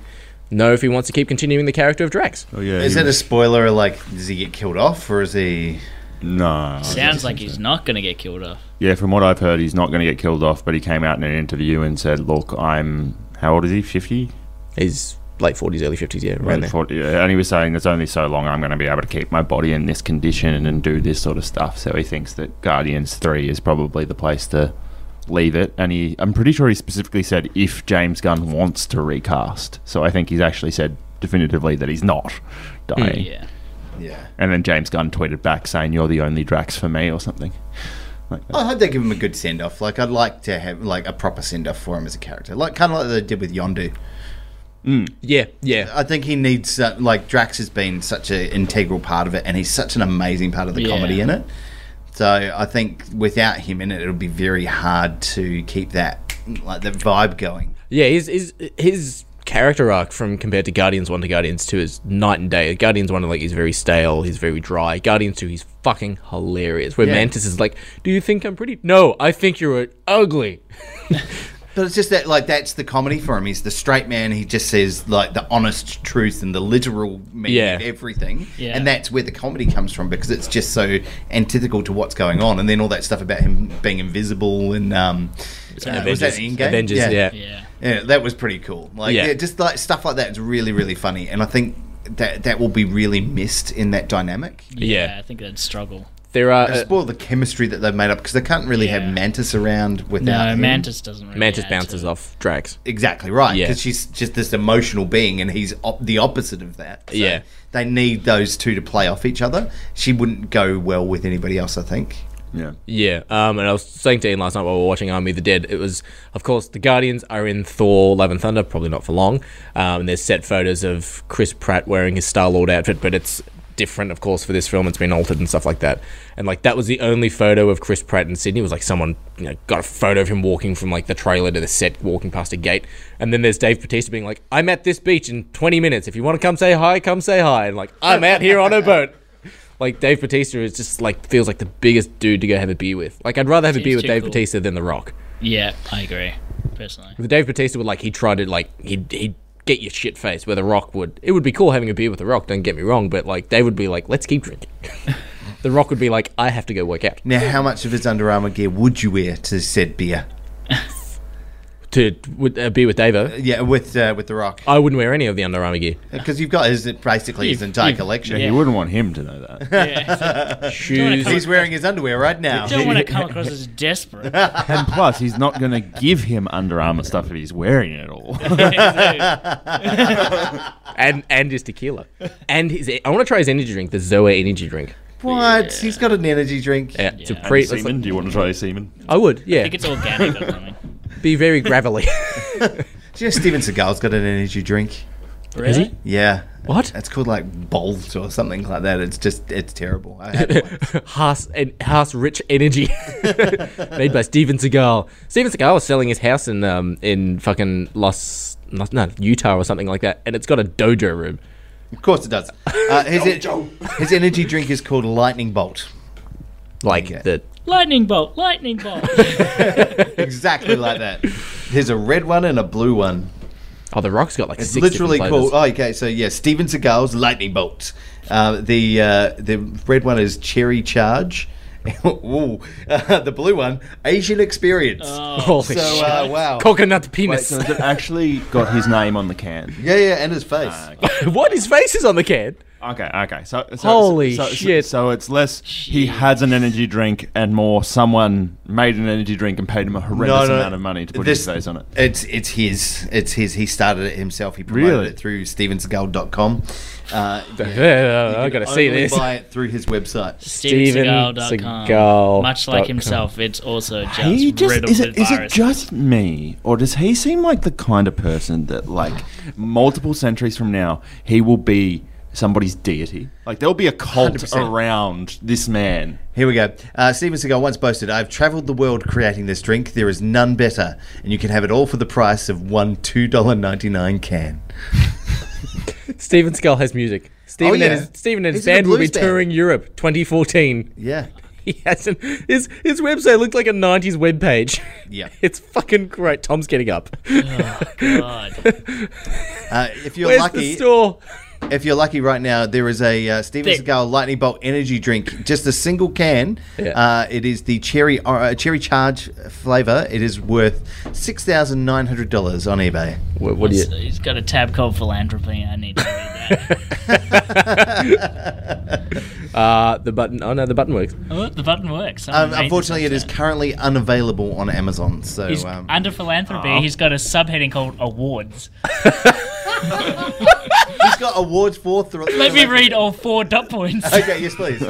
[SPEAKER 3] know if he wants to keep continuing the character of Drax.
[SPEAKER 5] Oh, yeah,
[SPEAKER 1] Is
[SPEAKER 5] he
[SPEAKER 1] it a
[SPEAKER 5] was-
[SPEAKER 1] spoiler? Like, does he get killed off, or is he?
[SPEAKER 5] No.
[SPEAKER 4] Sounds like he's not going to get killed off.
[SPEAKER 5] Yeah, from what I've heard, he's not going to get killed off, but he came out in an interview and said, Look, I'm. How old is he? 50?
[SPEAKER 3] He's late 40s, early 50s, yeah, around
[SPEAKER 5] Like
[SPEAKER 3] there.
[SPEAKER 5] 40 yeah, and he was saying there's only so long I'm going to be able to keep my body in this condition and do this sort of stuff. So he thinks that Guardians 3 is probably the place to leave it. And he, I'm pretty sure he specifically said if James Gunn wants to recast. So I think he's actually said definitively that he's not dying.
[SPEAKER 4] Hmm. Yeah.
[SPEAKER 1] Yeah.
[SPEAKER 5] And then James Gunn tweeted back saying, "You're the only Drax for me" or something.
[SPEAKER 1] I hope they give him a good send off. Like I'd like to have like a proper send off for him as a character, like kind of like they did with Yondu.
[SPEAKER 3] Yeah, yeah.
[SPEAKER 1] I think he needs uh, like Drax has been such an integral part of it, and he's such an amazing part of the
[SPEAKER 4] Yeah.
[SPEAKER 1] comedy in it. So I think without him in it, it'll be very hard to keep that like that vibe going.
[SPEAKER 3] Yeah, his his his character arc from compared to Guardians One to Guardians Two is night and day. Guardians One like he's very stale, he's very dry. Guardians Two, he's fucking hilarious. Where
[SPEAKER 1] Yeah.
[SPEAKER 3] Mantis is like, "Do you think I'm pretty? No, I think you're ugly."
[SPEAKER 1] But it's just that like that's the comedy for him. He's the straight man. He just says like the honest truth and the literal meaning
[SPEAKER 3] Yeah.
[SPEAKER 1] of everything.
[SPEAKER 4] Yeah.
[SPEAKER 1] And that's where the comedy comes from because it's just so antithetical to what's going on. And then all that stuff about him being invisible and um, uh, was that Endgame?
[SPEAKER 3] Avengers, yeah.
[SPEAKER 4] Yeah.
[SPEAKER 1] Yeah, that was pretty cool. Like,
[SPEAKER 3] Yeah.
[SPEAKER 1] yeah. just like stuff like that is really, really funny, and I think that that will be really missed in that dynamic.
[SPEAKER 3] Yeah.
[SPEAKER 4] I think they'd struggle.
[SPEAKER 3] There are
[SPEAKER 1] They
[SPEAKER 3] uh,
[SPEAKER 1] spoil the chemistry that they've made up because they can't really
[SPEAKER 4] Yeah.
[SPEAKER 1] have Mantis around without.
[SPEAKER 4] No,
[SPEAKER 1] him.
[SPEAKER 4] Mantis doesn't really
[SPEAKER 3] Mantis
[SPEAKER 4] add
[SPEAKER 3] bounces
[SPEAKER 4] to it.
[SPEAKER 3] off Drax.
[SPEAKER 1] Exactly right,
[SPEAKER 3] Yeah.
[SPEAKER 1] because she's just this emotional being, and he's op- the opposite of that. So
[SPEAKER 3] Yeah.
[SPEAKER 1] they need those two to play off each other. She wouldn't go well with anybody else, I think.
[SPEAKER 5] Yeah.
[SPEAKER 3] Yeah, um, and I was saying to Ian last night while we were watching Army of the Dead, it was, of course, the Guardians are in Thor, Love and Thunder, probably not for long. Um, and there's set photos of Chris Pratt wearing his Star Lord outfit, but it's different, of course, for this film. It's been altered and stuff like that. And, like, that was the only photo of Chris Pratt in Sydney. It was like someone you know, got a photo of him walking from, like, the trailer to the set, walking past a gate. And then there's Dave Bautista being like, I'm at this beach in 20 minutes. If you want to come say hi, come say hi. And, like, I'm out here on a boat. Like Dave Batista is just like feels like the biggest dude to go have a beer with. Like I'd rather have a
[SPEAKER 4] Seems
[SPEAKER 3] beer with
[SPEAKER 4] too
[SPEAKER 3] Dave
[SPEAKER 4] cool.
[SPEAKER 3] Batista than The Rock.
[SPEAKER 4] Yeah, I agree. Personally.
[SPEAKER 3] The Dave Batista would like he tried to like he'd he'd get your shit face where The Rock would. It would be cool having a beer with The Rock. Don't get me wrong, but like they would be like, let's keep drinking. the Rock would be like, I have to go work out
[SPEAKER 1] Now, how much of his Under Armour gear would you wear to said beer?
[SPEAKER 3] to with, uh, beer with Davo.
[SPEAKER 1] Yeah, with uh, with the Rock,
[SPEAKER 3] I wouldn't wear any of the Under Armour gear.
[SPEAKER 1] because Uh, you've got his basically his
[SPEAKER 4] You've-
[SPEAKER 1] entire
[SPEAKER 4] you've-
[SPEAKER 1] collection.
[SPEAKER 5] You wouldn't want him to know that.
[SPEAKER 3] Shoes.
[SPEAKER 1] He's wearing his underwear right now.
[SPEAKER 4] Don't want to come across as desperate.
[SPEAKER 5] and plus, he's not going to give him Under Armour stuff if he's wearing it all.
[SPEAKER 3] and and his tequila. And his I want to try his energy drink, the Zoa energy drink.
[SPEAKER 1] What? He's got an energy drink.
[SPEAKER 3] Yeah, it's a
[SPEAKER 4] Yeah.
[SPEAKER 3] pre. it's like-
[SPEAKER 5] semen? Do you want to try semen?
[SPEAKER 3] I would. Yeah,
[SPEAKER 4] I think it's organic or something.
[SPEAKER 3] be very gravelly.
[SPEAKER 1] Do you know Steven Seagal's got an energy drink?
[SPEAKER 3] Is he?
[SPEAKER 1] Yeah.
[SPEAKER 3] What?
[SPEAKER 1] It's called like Bolt or something like that. It's just, it's terrible. I had one.
[SPEAKER 3] Haas and Haas Rich Energy, made by Steven Seagal. Steven Seagal was selling his house in um in fucking Los Los- no Utah or something like that, and it's got a dojo room.
[SPEAKER 1] of course it does. Uh, his, his energy drink is called Lightning Bolt.
[SPEAKER 3] Like
[SPEAKER 1] Okay.
[SPEAKER 3] the
[SPEAKER 4] Lightning bolt, lightning bolt.
[SPEAKER 1] Exactly like that. There's a red one and a blue one.
[SPEAKER 3] oh, the Rock's got like
[SPEAKER 1] It's
[SPEAKER 3] six
[SPEAKER 1] literally
[SPEAKER 3] different flavors.
[SPEAKER 1] called. Oh, okay, so yeah, Steven Seagal's Lightning Bolt. Uh, the uh, the red one is Cherry Charge. Ooh, the blue one Asian Experience.
[SPEAKER 3] Holy
[SPEAKER 1] so
[SPEAKER 3] shit!
[SPEAKER 1] uh, wow.
[SPEAKER 3] Coconut penis.
[SPEAKER 5] it actually got his name on the can?
[SPEAKER 1] yeah, yeah, and his face.
[SPEAKER 3] Ah, what? His face is on the can.
[SPEAKER 5] Okay, okay. So, so
[SPEAKER 3] Holy
[SPEAKER 5] so, so-
[SPEAKER 3] shit.
[SPEAKER 5] So, it's less he has an energy drink and more someone made an energy drink and paid him a horrendous amount of money to put his
[SPEAKER 1] This-
[SPEAKER 5] face on it.
[SPEAKER 1] It's it's his. It's his. He started it himself. He promoted
[SPEAKER 5] Really?
[SPEAKER 1] it through stevenseagal.com. Uh, yeah.
[SPEAKER 3] I
[SPEAKER 1] You
[SPEAKER 3] gotta
[SPEAKER 1] can
[SPEAKER 3] see
[SPEAKER 1] only
[SPEAKER 3] this.
[SPEAKER 1] Buy it through his website.
[SPEAKER 4] Steven
[SPEAKER 3] Steven
[SPEAKER 4] Seagal.com.
[SPEAKER 3] Seagal
[SPEAKER 4] Much
[SPEAKER 3] dot
[SPEAKER 4] like
[SPEAKER 3] com.
[SPEAKER 4] himself, it's also just
[SPEAKER 5] He just
[SPEAKER 4] riddled
[SPEAKER 5] is it,
[SPEAKER 4] with
[SPEAKER 5] is it
[SPEAKER 4] virus.
[SPEAKER 5] just me or does he seem like the kind of person that like multiple centuries from now he will be somebody's deity? Like there'll be a cult
[SPEAKER 1] 100%.
[SPEAKER 5] around this man.
[SPEAKER 1] Here we go. Uh, Steven Seagal once boasted, "I've travelled the world creating this drink. There is none better, and you can have it all for the price of one two dollar ninety nine can."
[SPEAKER 3] Steven Seagal has music. Steven
[SPEAKER 1] Oh, yeah.
[SPEAKER 3] and his, Steven and his
[SPEAKER 1] He's in a
[SPEAKER 3] band will be
[SPEAKER 1] blues band.
[SPEAKER 3] touring Europe 2014.
[SPEAKER 1] Yeah.
[SPEAKER 3] He hasn't. His his website looked like a '90s webpage.
[SPEAKER 1] Yeah.
[SPEAKER 3] it's fucking great. Tom's getting up.
[SPEAKER 4] God.
[SPEAKER 1] Uh, if you're
[SPEAKER 3] Where's
[SPEAKER 1] lucky,
[SPEAKER 3] the store?
[SPEAKER 1] if you're lucky right now, there is a uh, Steven
[SPEAKER 4] There.
[SPEAKER 1] Seagal Lightning Bolt energy drink, just a single can.
[SPEAKER 3] Yeah.
[SPEAKER 1] Uh, it is the cherry or- uh, cherry charge flavor. It is worth six thousand nine hundred dollars on eBay.
[SPEAKER 3] What, what do you?
[SPEAKER 4] He's got a tab called philanthropy. I need to read that.
[SPEAKER 3] Uh, the button. Oh no, the button works.
[SPEAKER 4] oh, the button works. I'm
[SPEAKER 1] Um,
[SPEAKER 4] amazed
[SPEAKER 1] unfortunately, it
[SPEAKER 4] it's
[SPEAKER 1] is currently unavailable on Amazon. So
[SPEAKER 4] He's,
[SPEAKER 1] um,
[SPEAKER 4] under philanthropy, he's got a subheading called awards.
[SPEAKER 1] he's got awards for. Thr-
[SPEAKER 4] Let me read all four dot points.
[SPEAKER 1] Okay, yes, please.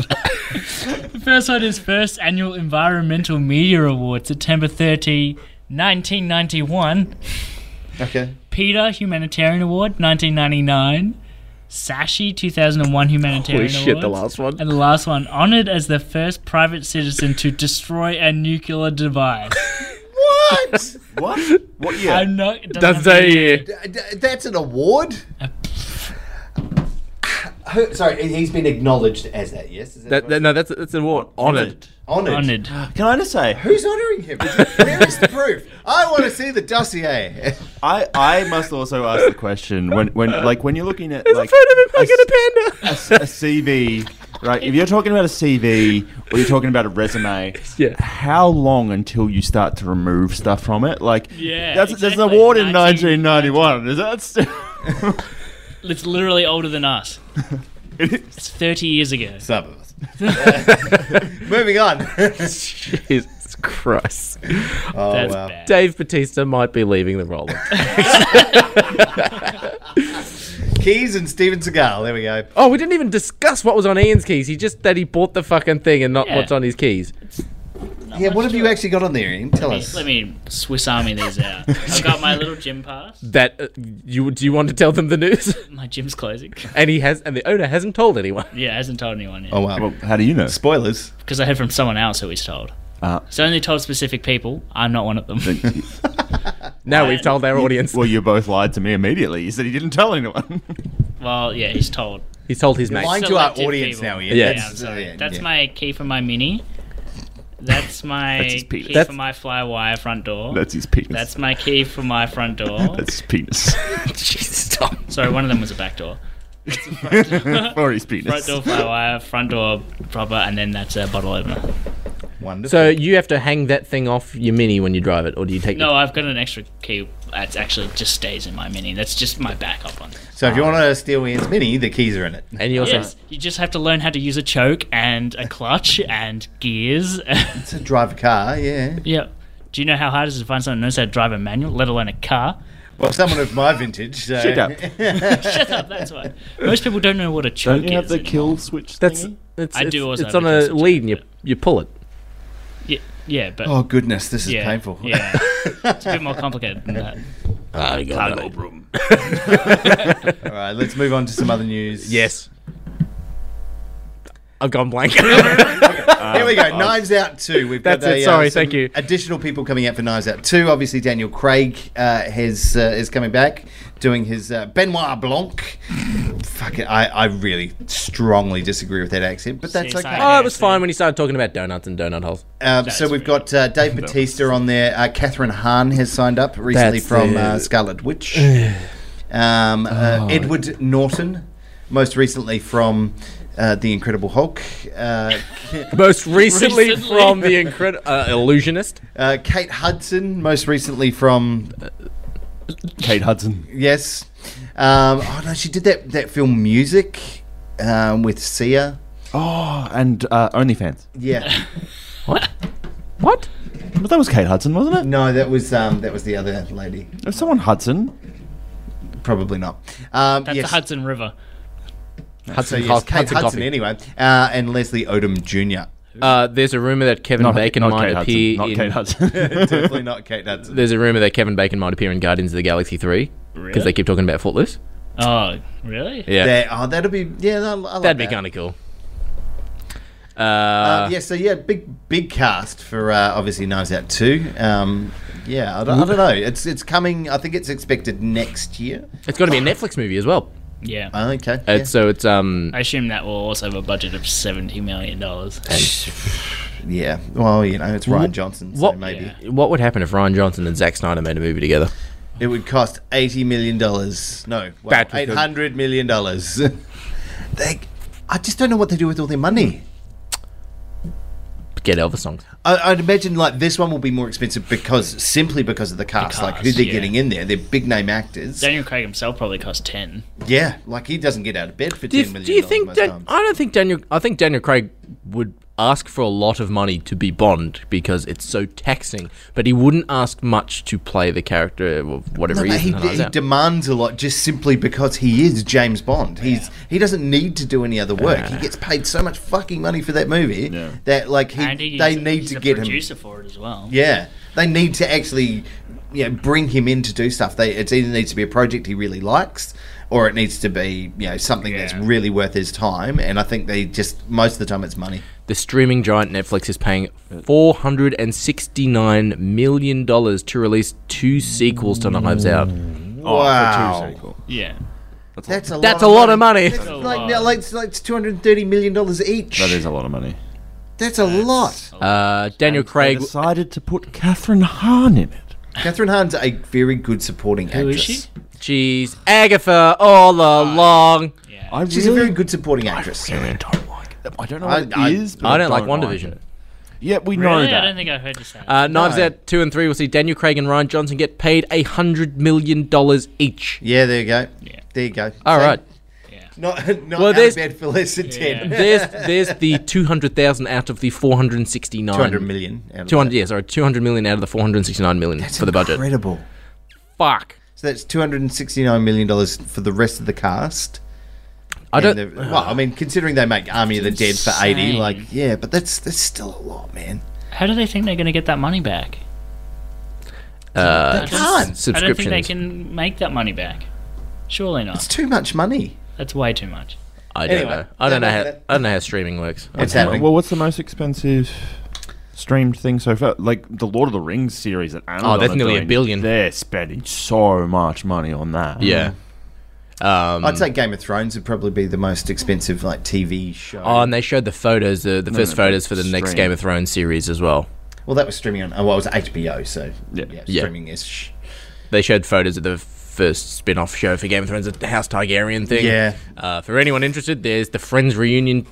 [SPEAKER 4] First one is first annual Environmental Media Award, September 30, 1991.
[SPEAKER 1] Okay.
[SPEAKER 4] Peter Humanitarian Award, 1999. Sashi 2001 Humanitarian
[SPEAKER 3] Holy shit,
[SPEAKER 4] Award.
[SPEAKER 3] the last one.
[SPEAKER 4] And the last one, honored as the first private citizen to destroy a nuclear device.
[SPEAKER 1] What?
[SPEAKER 5] What? What year?
[SPEAKER 4] I'm not. it
[SPEAKER 3] Does
[SPEAKER 4] Doesn't have to be-
[SPEAKER 3] they?
[SPEAKER 1] D- d- that's an award. Who- Sorry, he's been acknowledged as that. Yes. Is
[SPEAKER 3] That, that, no, that's that's an award. Honored.
[SPEAKER 1] honored.
[SPEAKER 4] honored.
[SPEAKER 5] Can I just say,
[SPEAKER 1] Who's honouring him? Where is the proof? I want to see the dossier.
[SPEAKER 5] I, I must also ask the question when when like when you're looking at like a s-
[SPEAKER 3] a panda.
[SPEAKER 5] a CV, right? If you're talking about a CV or you're talking about a resume,
[SPEAKER 3] Yeah.
[SPEAKER 5] how long until you start to remove stuff from it? Like,
[SPEAKER 4] Yeah,
[SPEAKER 5] that's, there's an
[SPEAKER 4] exactly.
[SPEAKER 5] award in
[SPEAKER 4] 19-
[SPEAKER 5] 1991. Is that still?
[SPEAKER 4] It's literally older than us. it's 30 years ago.
[SPEAKER 1] Some of us. Moving on.
[SPEAKER 3] Jesus Christ.
[SPEAKER 1] Oh,
[SPEAKER 4] That's
[SPEAKER 1] wow.
[SPEAKER 4] bad.
[SPEAKER 3] Dave Batista might be leaving the role.
[SPEAKER 1] Keys and Steven Seagal. There we go.
[SPEAKER 3] oh, we didn't even discuss what was on Ian's keys. He just that he bought the fucking thing and not
[SPEAKER 4] Yeah.
[SPEAKER 3] what's on his keys.
[SPEAKER 1] yeah, what have you actually got on there, Ian? Tell
[SPEAKER 4] Let
[SPEAKER 1] us.
[SPEAKER 4] me- Let me Swiss Army these out. I've got my little gym pass.
[SPEAKER 3] That uh, you do you want to tell them the news?
[SPEAKER 4] My gym's closing.
[SPEAKER 3] and he has, and the owner hasn't told anyone.
[SPEAKER 4] Yeah, hasn't told anyone yet.
[SPEAKER 1] Oh, wow.
[SPEAKER 5] how do you know?
[SPEAKER 1] Spoilers.
[SPEAKER 4] Because I heard from someone else who he's told.
[SPEAKER 5] Uh,
[SPEAKER 1] Ah.
[SPEAKER 4] It's only told specific people. I'm not one of them.
[SPEAKER 3] Now we've told our audience.
[SPEAKER 5] well, you both lied to me immediately. You said he didn't tell anyone.
[SPEAKER 4] well, yeah, he's told.
[SPEAKER 3] He's told his mate.
[SPEAKER 1] Lying to our
[SPEAKER 4] Selective
[SPEAKER 1] audience
[SPEAKER 4] people.
[SPEAKER 1] now, Ian.
[SPEAKER 3] Yeah.
[SPEAKER 4] Yeah, I'm
[SPEAKER 1] That's-
[SPEAKER 4] sorry.
[SPEAKER 1] yeah,
[SPEAKER 4] That's
[SPEAKER 1] yeah.
[SPEAKER 4] my key for my mini. That's my
[SPEAKER 5] That's his penis.
[SPEAKER 4] key
[SPEAKER 3] That's-
[SPEAKER 4] for my fly wire front door.
[SPEAKER 5] That's his penis.
[SPEAKER 4] That's my key for my front door.
[SPEAKER 5] That's his penis.
[SPEAKER 3] Jesus, Tom.
[SPEAKER 4] Sorry, one of them was a back door.
[SPEAKER 5] or his
[SPEAKER 4] Front
[SPEAKER 5] penis.
[SPEAKER 4] door fly wire, front door proper, and then that's a bottle opener.
[SPEAKER 1] Wonderful.
[SPEAKER 3] So you have to hang that thing off your mini when you drive it, or do you take?
[SPEAKER 4] No, I've got an extra key that's actually just stays in my mini. That's just my backup one.
[SPEAKER 1] So if you want to steal Ian's mini, the keys are in it.
[SPEAKER 3] The, and you also
[SPEAKER 4] Yes, you just have to learn how to use a choke and a clutch and gears.
[SPEAKER 1] To drive a car, yeah.
[SPEAKER 4] yeah. Do you know how hard it is to find someone who knows how to drive a manual, let alone a car?
[SPEAKER 1] Well, someone of my vintage. So.
[SPEAKER 5] Shut up.
[SPEAKER 4] Shut up, that's why. Most people don't know what a choke
[SPEAKER 5] Don't you have
[SPEAKER 4] is.
[SPEAKER 5] the
[SPEAKER 4] anymore.
[SPEAKER 5] kill switch
[SPEAKER 3] that's.
[SPEAKER 5] thingy?
[SPEAKER 3] It's,
[SPEAKER 4] I do
[SPEAKER 3] it's-
[SPEAKER 4] also
[SPEAKER 3] It's on
[SPEAKER 4] have a
[SPEAKER 3] a
[SPEAKER 4] case of
[SPEAKER 3] lead, and you
[SPEAKER 4] chocolate.
[SPEAKER 3] you pull it.
[SPEAKER 4] Yeah, yeah but
[SPEAKER 1] Oh, goodness. This is
[SPEAKER 4] yeah,
[SPEAKER 1] painful.
[SPEAKER 4] Yeah. it's a bit more complicated than that. Ah,
[SPEAKER 3] Cargo broom.
[SPEAKER 1] All right, let's move on to some other news.
[SPEAKER 3] Yes. I've gone blank. Oh,
[SPEAKER 1] Here we go. Knives Out 2. We've
[SPEAKER 3] That's
[SPEAKER 1] got
[SPEAKER 3] it.
[SPEAKER 1] a, uh,
[SPEAKER 3] Sorry,
[SPEAKER 1] some
[SPEAKER 3] thank you.
[SPEAKER 1] Additional people coming out for Knives Out 2. Obviously, Daniel Craig uh, has, uh, is coming back doing his uh, Benoit Blanc. Fucking, I, I really strongly disagree with that accent, but that's
[SPEAKER 4] CSI.
[SPEAKER 1] okay.
[SPEAKER 3] oh, it was fine when he started talking about donuts and donut holes.
[SPEAKER 1] Um, so we've got uh, Dave Batista on there. Uh, Catherine Hahn has signed up recently
[SPEAKER 3] That's
[SPEAKER 1] from
[SPEAKER 3] it. Oh.
[SPEAKER 1] uh, Scarlet Witch. um, uh, Edward Norton, most recently from uh, The Incredible Hulk. Uh,
[SPEAKER 3] Most recently,
[SPEAKER 4] Recently.
[SPEAKER 3] from the incredible uh, illusionist.
[SPEAKER 1] uh, Kate Hudson, most recently from uh,
[SPEAKER 5] Kate Hudson.
[SPEAKER 1] Yes. Um, oh no, she did that that film Music um, with Sia.
[SPEAKER 5] Oh, and uh, OnlyFans.
[SPEAKER 1] Yeah.
[SPEAKER 4] What?
[SPEAKER 3] What?
[SPEAKER 5] But that was Kate Hudson, wasn't it?
[SPEAKER 1] No, that was um, that was the other lady.
[SPEAKER 5] Was someone Hudson?
[SPEAKER 1] Probably not. Um,
[SPEAKER 4] That's
[SPEAKER 1] yes.
[SPEAKER 4] the Hudson River.
[SPEAKER 1] So
[SPEAKER 3] Hudson,
[SPEAKER 1] yes,
[SPEAKER 3] Hus-
[SPEAKER 1] Kate
[SPEAKER 3] Hudson
[SPEAKER 1] Hudson,
[SPEAKER 3] Coffee.
[SPEAKER 1] anyway, uh, and Leslie Odom Jr.
[SPEAKER 3] Uh, there's a rumor that Kevin Bacon might appear. in,
[SPEAKER 5] Hudson.
[SPEAKER 1] Definitely not Kate Hudson.
[SPEAKER 3] There's a rumor that Kevin Bacon might appear in Guardians of the Galaxy Three because
[SPEAKER 4] Really?
[SPEAKER 3] they keep talking about Footloose.
[SPEAKER 4] Oh, really?
[SPEAKER 3] Yeah,
[SPEAKER 1] That, oh, that'll be yeah. I, I like
[SPEAKER 3] that'd be
[SPEAKER 1] that.
[SPEAKER 3] kind of cool. Uh,
[SPEAKER 1] Um, yeah, so yeah, big big cast for uh, obviously Knives Out two. Um, yeah, I don't, I don't know. It's it's coming. I think it's expected next year.
[SPEAKER 3] It's got to be a Netflix movie as well.
[SPEAKER 4] Yeah.
[SPEAKER 1] Oh, okay.
[SPEAKER 3] Uh, So it's um.
[SPEAKER 4] I assume that will also have a budget of $70 million.
[SPEAKER 1] yeah. Well, you know, it's Ryan Johnson, so
[SPEAKER 3] What
[SPEAKER 1] maybe.
[SPEAKER 4] Yeah.
[SPEAKER 3] What would happen if Ryan Johnson and Zack Snyder made a movie together?
[SPEAKER 1] It would cost eighty million dollars. No, well,
[SPEAKER 3] Battery
[SPEAKER 1] eight
[SPEAKER 3] could-
[SPEAKER 1] hundred million dollars. they, I just don't know what they do with all their money.
[SPEAKER 3] Get Elvis songs.
[SPEAKER 1] I, I'd imagine like this one will be more expensive because simply because of the cast, like who
[SPEAKER 4] cast,
[SPEAKER 1] they're
[SPEAKER 4] yeah.
[SPEAKER 1] getting in there. They're big name actors.
[SPEAKER 4] Daniel Craig himself probably cost ten.
[SPEAKER 1] Yeah, like he doesn't get out of bed for
[SPEAKER 3] Do you,
[SPEAKER 1] ten million.
[SPEAKER 3] do you think?
[SPEAKER 1] most
[SPEAKER 3] Dan-
[SPEAKER 1] times.
[SPEAKER 3] I don't think Daniel. I think Daniel Craig would ask for a lot of money to be Bond because it's so taxing. But he wouldn't ask much to play the character of whatever
[SPEAKER 1] No, but he,
[SPEAKER 3] he is. in Knives
[SPEAKER 1] he
[SPEAKER 3] Out.
[SPEAKER 1] demands a lot just simply because he is James Bond. He's he doesn't need to do any other work. He gets paid so much fucking money for that movie
[SPEAKER 5] Yeah.
[SPEAKER 1] that like he,
[SPEAKER 4] And he's-
[SPEAKER 1] they need
[SPEAKER 4] he's
[SPEAKER 1] to
[SPEAKER 4] the
[SPEAKER 1] get him.
[SPEAKER 4] producer for it as well.
[SPEAKER 1] Yeah, they need to actually you know, bring him in to do stuff. They it either needs to be a project he really likes. Or it needs to be, you know, something that's
[SPEAKER 4] Yeah.
[SPEAKER 1] really worth his time, and I think they just most of the time it's money.
[SPEAKER 3] The streaming giant Netflix is paying $469 million to release two sequels to Knives Out.
[SPEAKER 5] Oh,
[SPEAKER 1] wow,
[SPEAKER 4] Yeah.
[SPEAKER 1] that's a lot.
[SPEAKER 3] That's
[SPEAKER 1] of
[SPEAKER 3] a lot of money.
[SPEAKER 1] That's
[SPEAKER 4] That's a
[SPEAKER 1] like,
[SPEAKER 4] lot.
[SPEAKER 1] now, like, it's like two hundred thirty million dollars each.
[SPEAKER 5] That is a lot of money.
[SPEAKER 1] That's a lot.
[SPEAKER 3] Uh, Daniel
[SPEAKER 5] They
[SPEAKER 3] Craig.
[SPEAKER 5] decided to put Catherine Hahn in it.
[SPEAKER 1] Catherine Hahn's a very good supporting
[SPEAKER 4] Who
[SPEAKER 1] actress.
[SPEAKER 4] is she?
[SPEAKER 3] Jeez. Agatha all along. Uh,
[SPEAKER 4] Yeah.
[SPEAKER 5] I
[SPEAKER 1] She's
[SPEAKER 5] really
[SPEAKER 1] a very good supporting actress.
[SPEAKER 5] don't like it. I don't know
[SPEAKER 1] I-
[SPEAKER 5] what it is.
[SPEAKER 1] I-
[SPEAKER 5] but
[SPEAKER 3] I don't like
[SPEAKER 5] like
[SPEAKER 3] WandaVision.
[SPEAKER 5] it. Yeah, we know
[SPEAKER 4] Really? I
[SPEAKER 5] that.
[SPEAKER 4] don't think I heard you say that.
[SPEAKER 3] Uh, Knives
[SPEAKER 1] No.
[SPEAKER 3] Out 2 and 3 will see Daniel Craig and Ryan Johnson get paid $100 million each.
[SPEAKER 1] Yeah, there you go.
[SPEAKER 4] Yeah.
[SPEAKER 1] There you go.
[SPEAKER 3] All
[SPEAKER 1] See?
[SPEAKER 3] right.
[SPEAKER 1] Not, not
[SPEAKER 3] Well,
[SPEAKER 1] out
[SPEAKER 3] there's-
[SPEAKER 1] of bed for less than 10.
[SPEAKER 3] There's, there's the 200,000 out of the 469.
[SPEAKER 1] 200 million. Out of
[SPEAKER 3] 200,
[SPEAKER 1] that.
[SPEAKER 3] yeah, sorry, 200 million out of the 469 million
[SPEAKER 1] That's
[SPEAKER 3] for the budget.
[SPEAKER 1] Incredible.
[SPEAKER 3] Fuck.
[SPEAKER 1] So that's $269 million for the rest of the cast.
[SPEAKER 3] I
[SPEAKER 1] And
[SPEAKER 3] don't.
[SPEAKER 1] the- well, I mean, considering they make Army of the Dead for 80,
[SPEAKER 4] insane.
[SPEAKER 1] like, yeah, but that's that's still a lot, man.
[SPEAKER 4] How do they think they're going to get that money back?
[SPEAKER 3] uh,
[SPEAKER 4] They can't.
[SPEAKER 3] s-
[SPEAKER 4] I don't think they
[SPEAKER 3] Uh, subscriptions.
[SPEAKER 4] can make that money back. Surely
[SPEAKER 1] It's
[SPEAKER 4] not.
[SPEAKER 1] too much money.
[SPEAKER 4] That's way too much.
[SPEAKER 3] I don't
[SPEAKER 1] Anyway,
[SPEAKER 3] know. I don't know
[SPEAKER 1] that-
[SPEAKER 3] how.
[SPEAKER 1] that-
[SPEAKER 3] I don't know how streaming works.
[SPEAKER 1] It's
[SPEAKER 5] Well,
[SPEAKER 1] happening.
[SPEAKER 5] well, what's the most expensive streamed thing so far? Like the Lord of the Rings series that Amazon
[SPEAKER 3] that's
[SPEAKER 5] are
[SPEAKER 3] nearly a
[SPEAKER 5] doing,
[SPEAKER 3] billion.
[SPEAKER 5] They're spending so much money on that.
[SPEAKER 3] Yeah. Um,
[SPEAKER 1] I'd say Game of Thrones would probably be the most expensive, like, TV show.
[SPEAKER 3] oh, and they showed the photos, the, the first
[SPEAKER 5] no,
[SPEAKER 3] photos
[SPEAKER 5] but
[SPEAKER 3] for the next
[SPEAKER 5] stream.
[SPEAKER 3] Game of Thrones series as well.
[SPEAKER 1] well, that was streaming on, oh, well, it was HBO, so, yeah,
[SPEAKER 5] Yeah.
[SPEAKER 3] Yeah.
[SPEAKER 1] streaming is. Sh-
[SPEAKER 3] They showed photos of the first spin-off show for Game of Thrones, the House Targaryen thing.
[SPEAKER 1] Yeah.
[SPEAKER 3] Uh, for anyone interested, there's the Friends reunion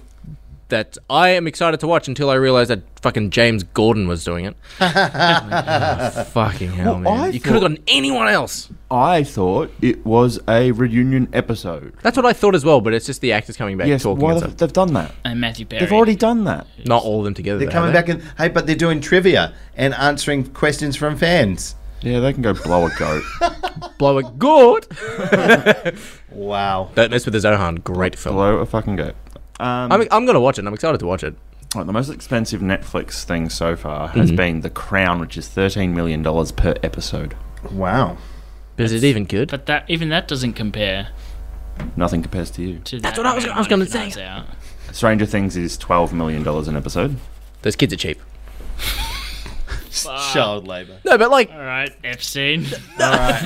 [SPEAKER 3] that I am excited to watch until I realize that fucking James Gordon was doing it. fucking hell,
[SPEAKER 5] Well,
[SPEAKER 3] man!
[SPEAKER 5] I
[SPEAKER 3] you could have
[SPEAKER 5] thought-
[SPEAKER 3] gotten anyone else.
[SPEAKER 5] I thought it was a reunion episode.
[SPEAKER 3] That's what I thought as well, but it's just the actors coming back
[SPEAKER 5] yes,
[SPEAKER 3] talking.
[SPEAKER 5] why
[SPEAKER 3] and
[SPEAKER 5] they've,
[SPEAKER 3] stuff.
[SPEAKER 5] they've done that.
[SPEAKER 4] And Matthew Perry.
[SPEAKER 5] They've already done that.
[SPEAKER 3] Not all of them together.
[SPEAKER 1] They're
[SPEAKER 3] though, are
[SPEAKER 1] coming
[SPEAKER 3] they?
[SPEAKER 1] back and hey, but they're doing trivia and answering questions from fans.
[SPEAKER 5] Yeah, they can go blow a goat.
[SPEAKER 3] blow a gourd.
[SPEAKER 1] Wow.
[SPEAKER 3] Don't mess with the Zohan. Great film.
[SPEAKER 5] blow a fucking goat. Um,
[SPEAKER 3] I'm, I'm gonna watch it. I'm excited to watch it.
[SPEAKER 5] right, the most expensive Netflix thing so far has been The Crown, which is thirteen million dollars per episode.
[SPEAKER 1] Wow.
[SPEAKER 3] But is it even good?
[SPEAKER 4] But that even that doesn't compare
[SPEAKER 5] Nothing compares to you.
[SPEAKER 4] to
[SPEAKER 3] That's
[SPEAKER 4] that
[SPEAKER 3] what I was-
[SPEAKER 4] amount of
[SPEAKER 3] I was
[SPEAKER 4] money
[SPEAKER 3] gonna
[SPEAKER 4] for
[SPEAKER 3] say.
[SPEAKER 4] Knives Out.
[SPEAKER 5] Stranger Things is twelve million dollars an episode.
[SPEAKER 3] Those kids are cheap.
[SPEAKER 1] Child labour.
[SPEAKER 3] No, but like,
[SPEAKER 4] All right, Epstein.
[SPEAKER 3] fuck.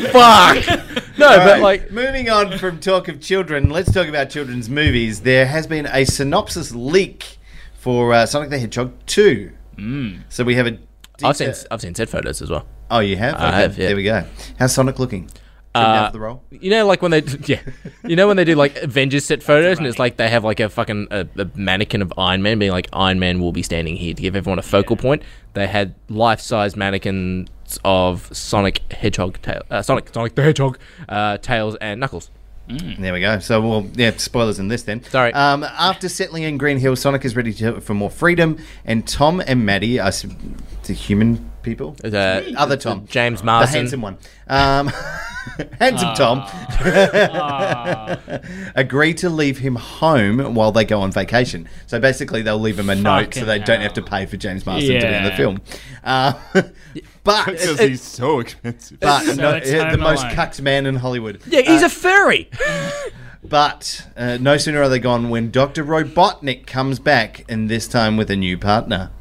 [SPEAKER 3] No, but like,
[SPEAKER 1] Moving on from talk of children, let's talk about children's movies. There has been a synopsis leak for uh, Sonic the Hedgehog 2. Mm. So we have a.
[SPEAKER 3] I've seen I've seen set photos as well.
[SPEAKER 1] Oh, you have?
[SPEAKER 3] I
[SPEAKER 1] Okay,
[SPEAKER 3] have, yeah.
[SPEAKER 1] There we go. How's Sonic looking? Trimmed down
[SPEAKER 3] Uh,
[SPEAKER 1] for the role?
[SPEAKER 3] You know, like when they yeah, you know when they do like Avengers set photos, and it's like they have like a fucking a, a mannequin of Iron Man being like Iron Man will be standing here to give everyone a focal point. They had life size mannequins of Sonic Hedgehog, tail, uh, Sonic Sonic the Hedgehog, uh, tails and Knuckles.
[SPEAKER 1] There we go. So, well, yeah, spoilers in this then.
[SPEAKER 3] Sorry.
[SPEAKER 1] Um, after settling in Green Hill, Sonic is ready to, for more freedom, and Tom and Maddie are s- the human people.
[SPEAKER 3] Uh,
[SPEAKER 1] Other Tom.
[SPEAKER 3] James
[SPEAKER 1] The
[SPEAKER 3] Marsden.
[SPEAKER 1] handsome one. Um, handsome
[SPEAKER 4] Ah.
[SPEAKER 1] Tom. agree to leave him home while they go on vacation. So basically, they'll leave him a note so
[SPEAKER 4] Fucking
[SPEAKER 1] they don't
[SPEAKER 4] hell.
[SPEAKER 1] have to pay for James Marsden to be in the
[SPEAKER 4] Yeah.
[SPEAKER 1] film. Uh, but.
[SPEAKER 5] Because he's so expensive.
[SPEAKER 1] But
[SPEAKER 4] So
[SPEAKER 1] no,
[SPEAKER 4] it's
[SPEAKER 1] the
[SPEAKER 4] Home
[SPEAKER 1] most
[SPEAKER 4] Alone.
[SPEAKER 1] cucked man in Hollywood.
[SPEAKER 3] yeah, he's a furry.
[SPEAKER 1] But uh, no sooner are they gone when Dr. Robotnik comes back, and this time with a new partner.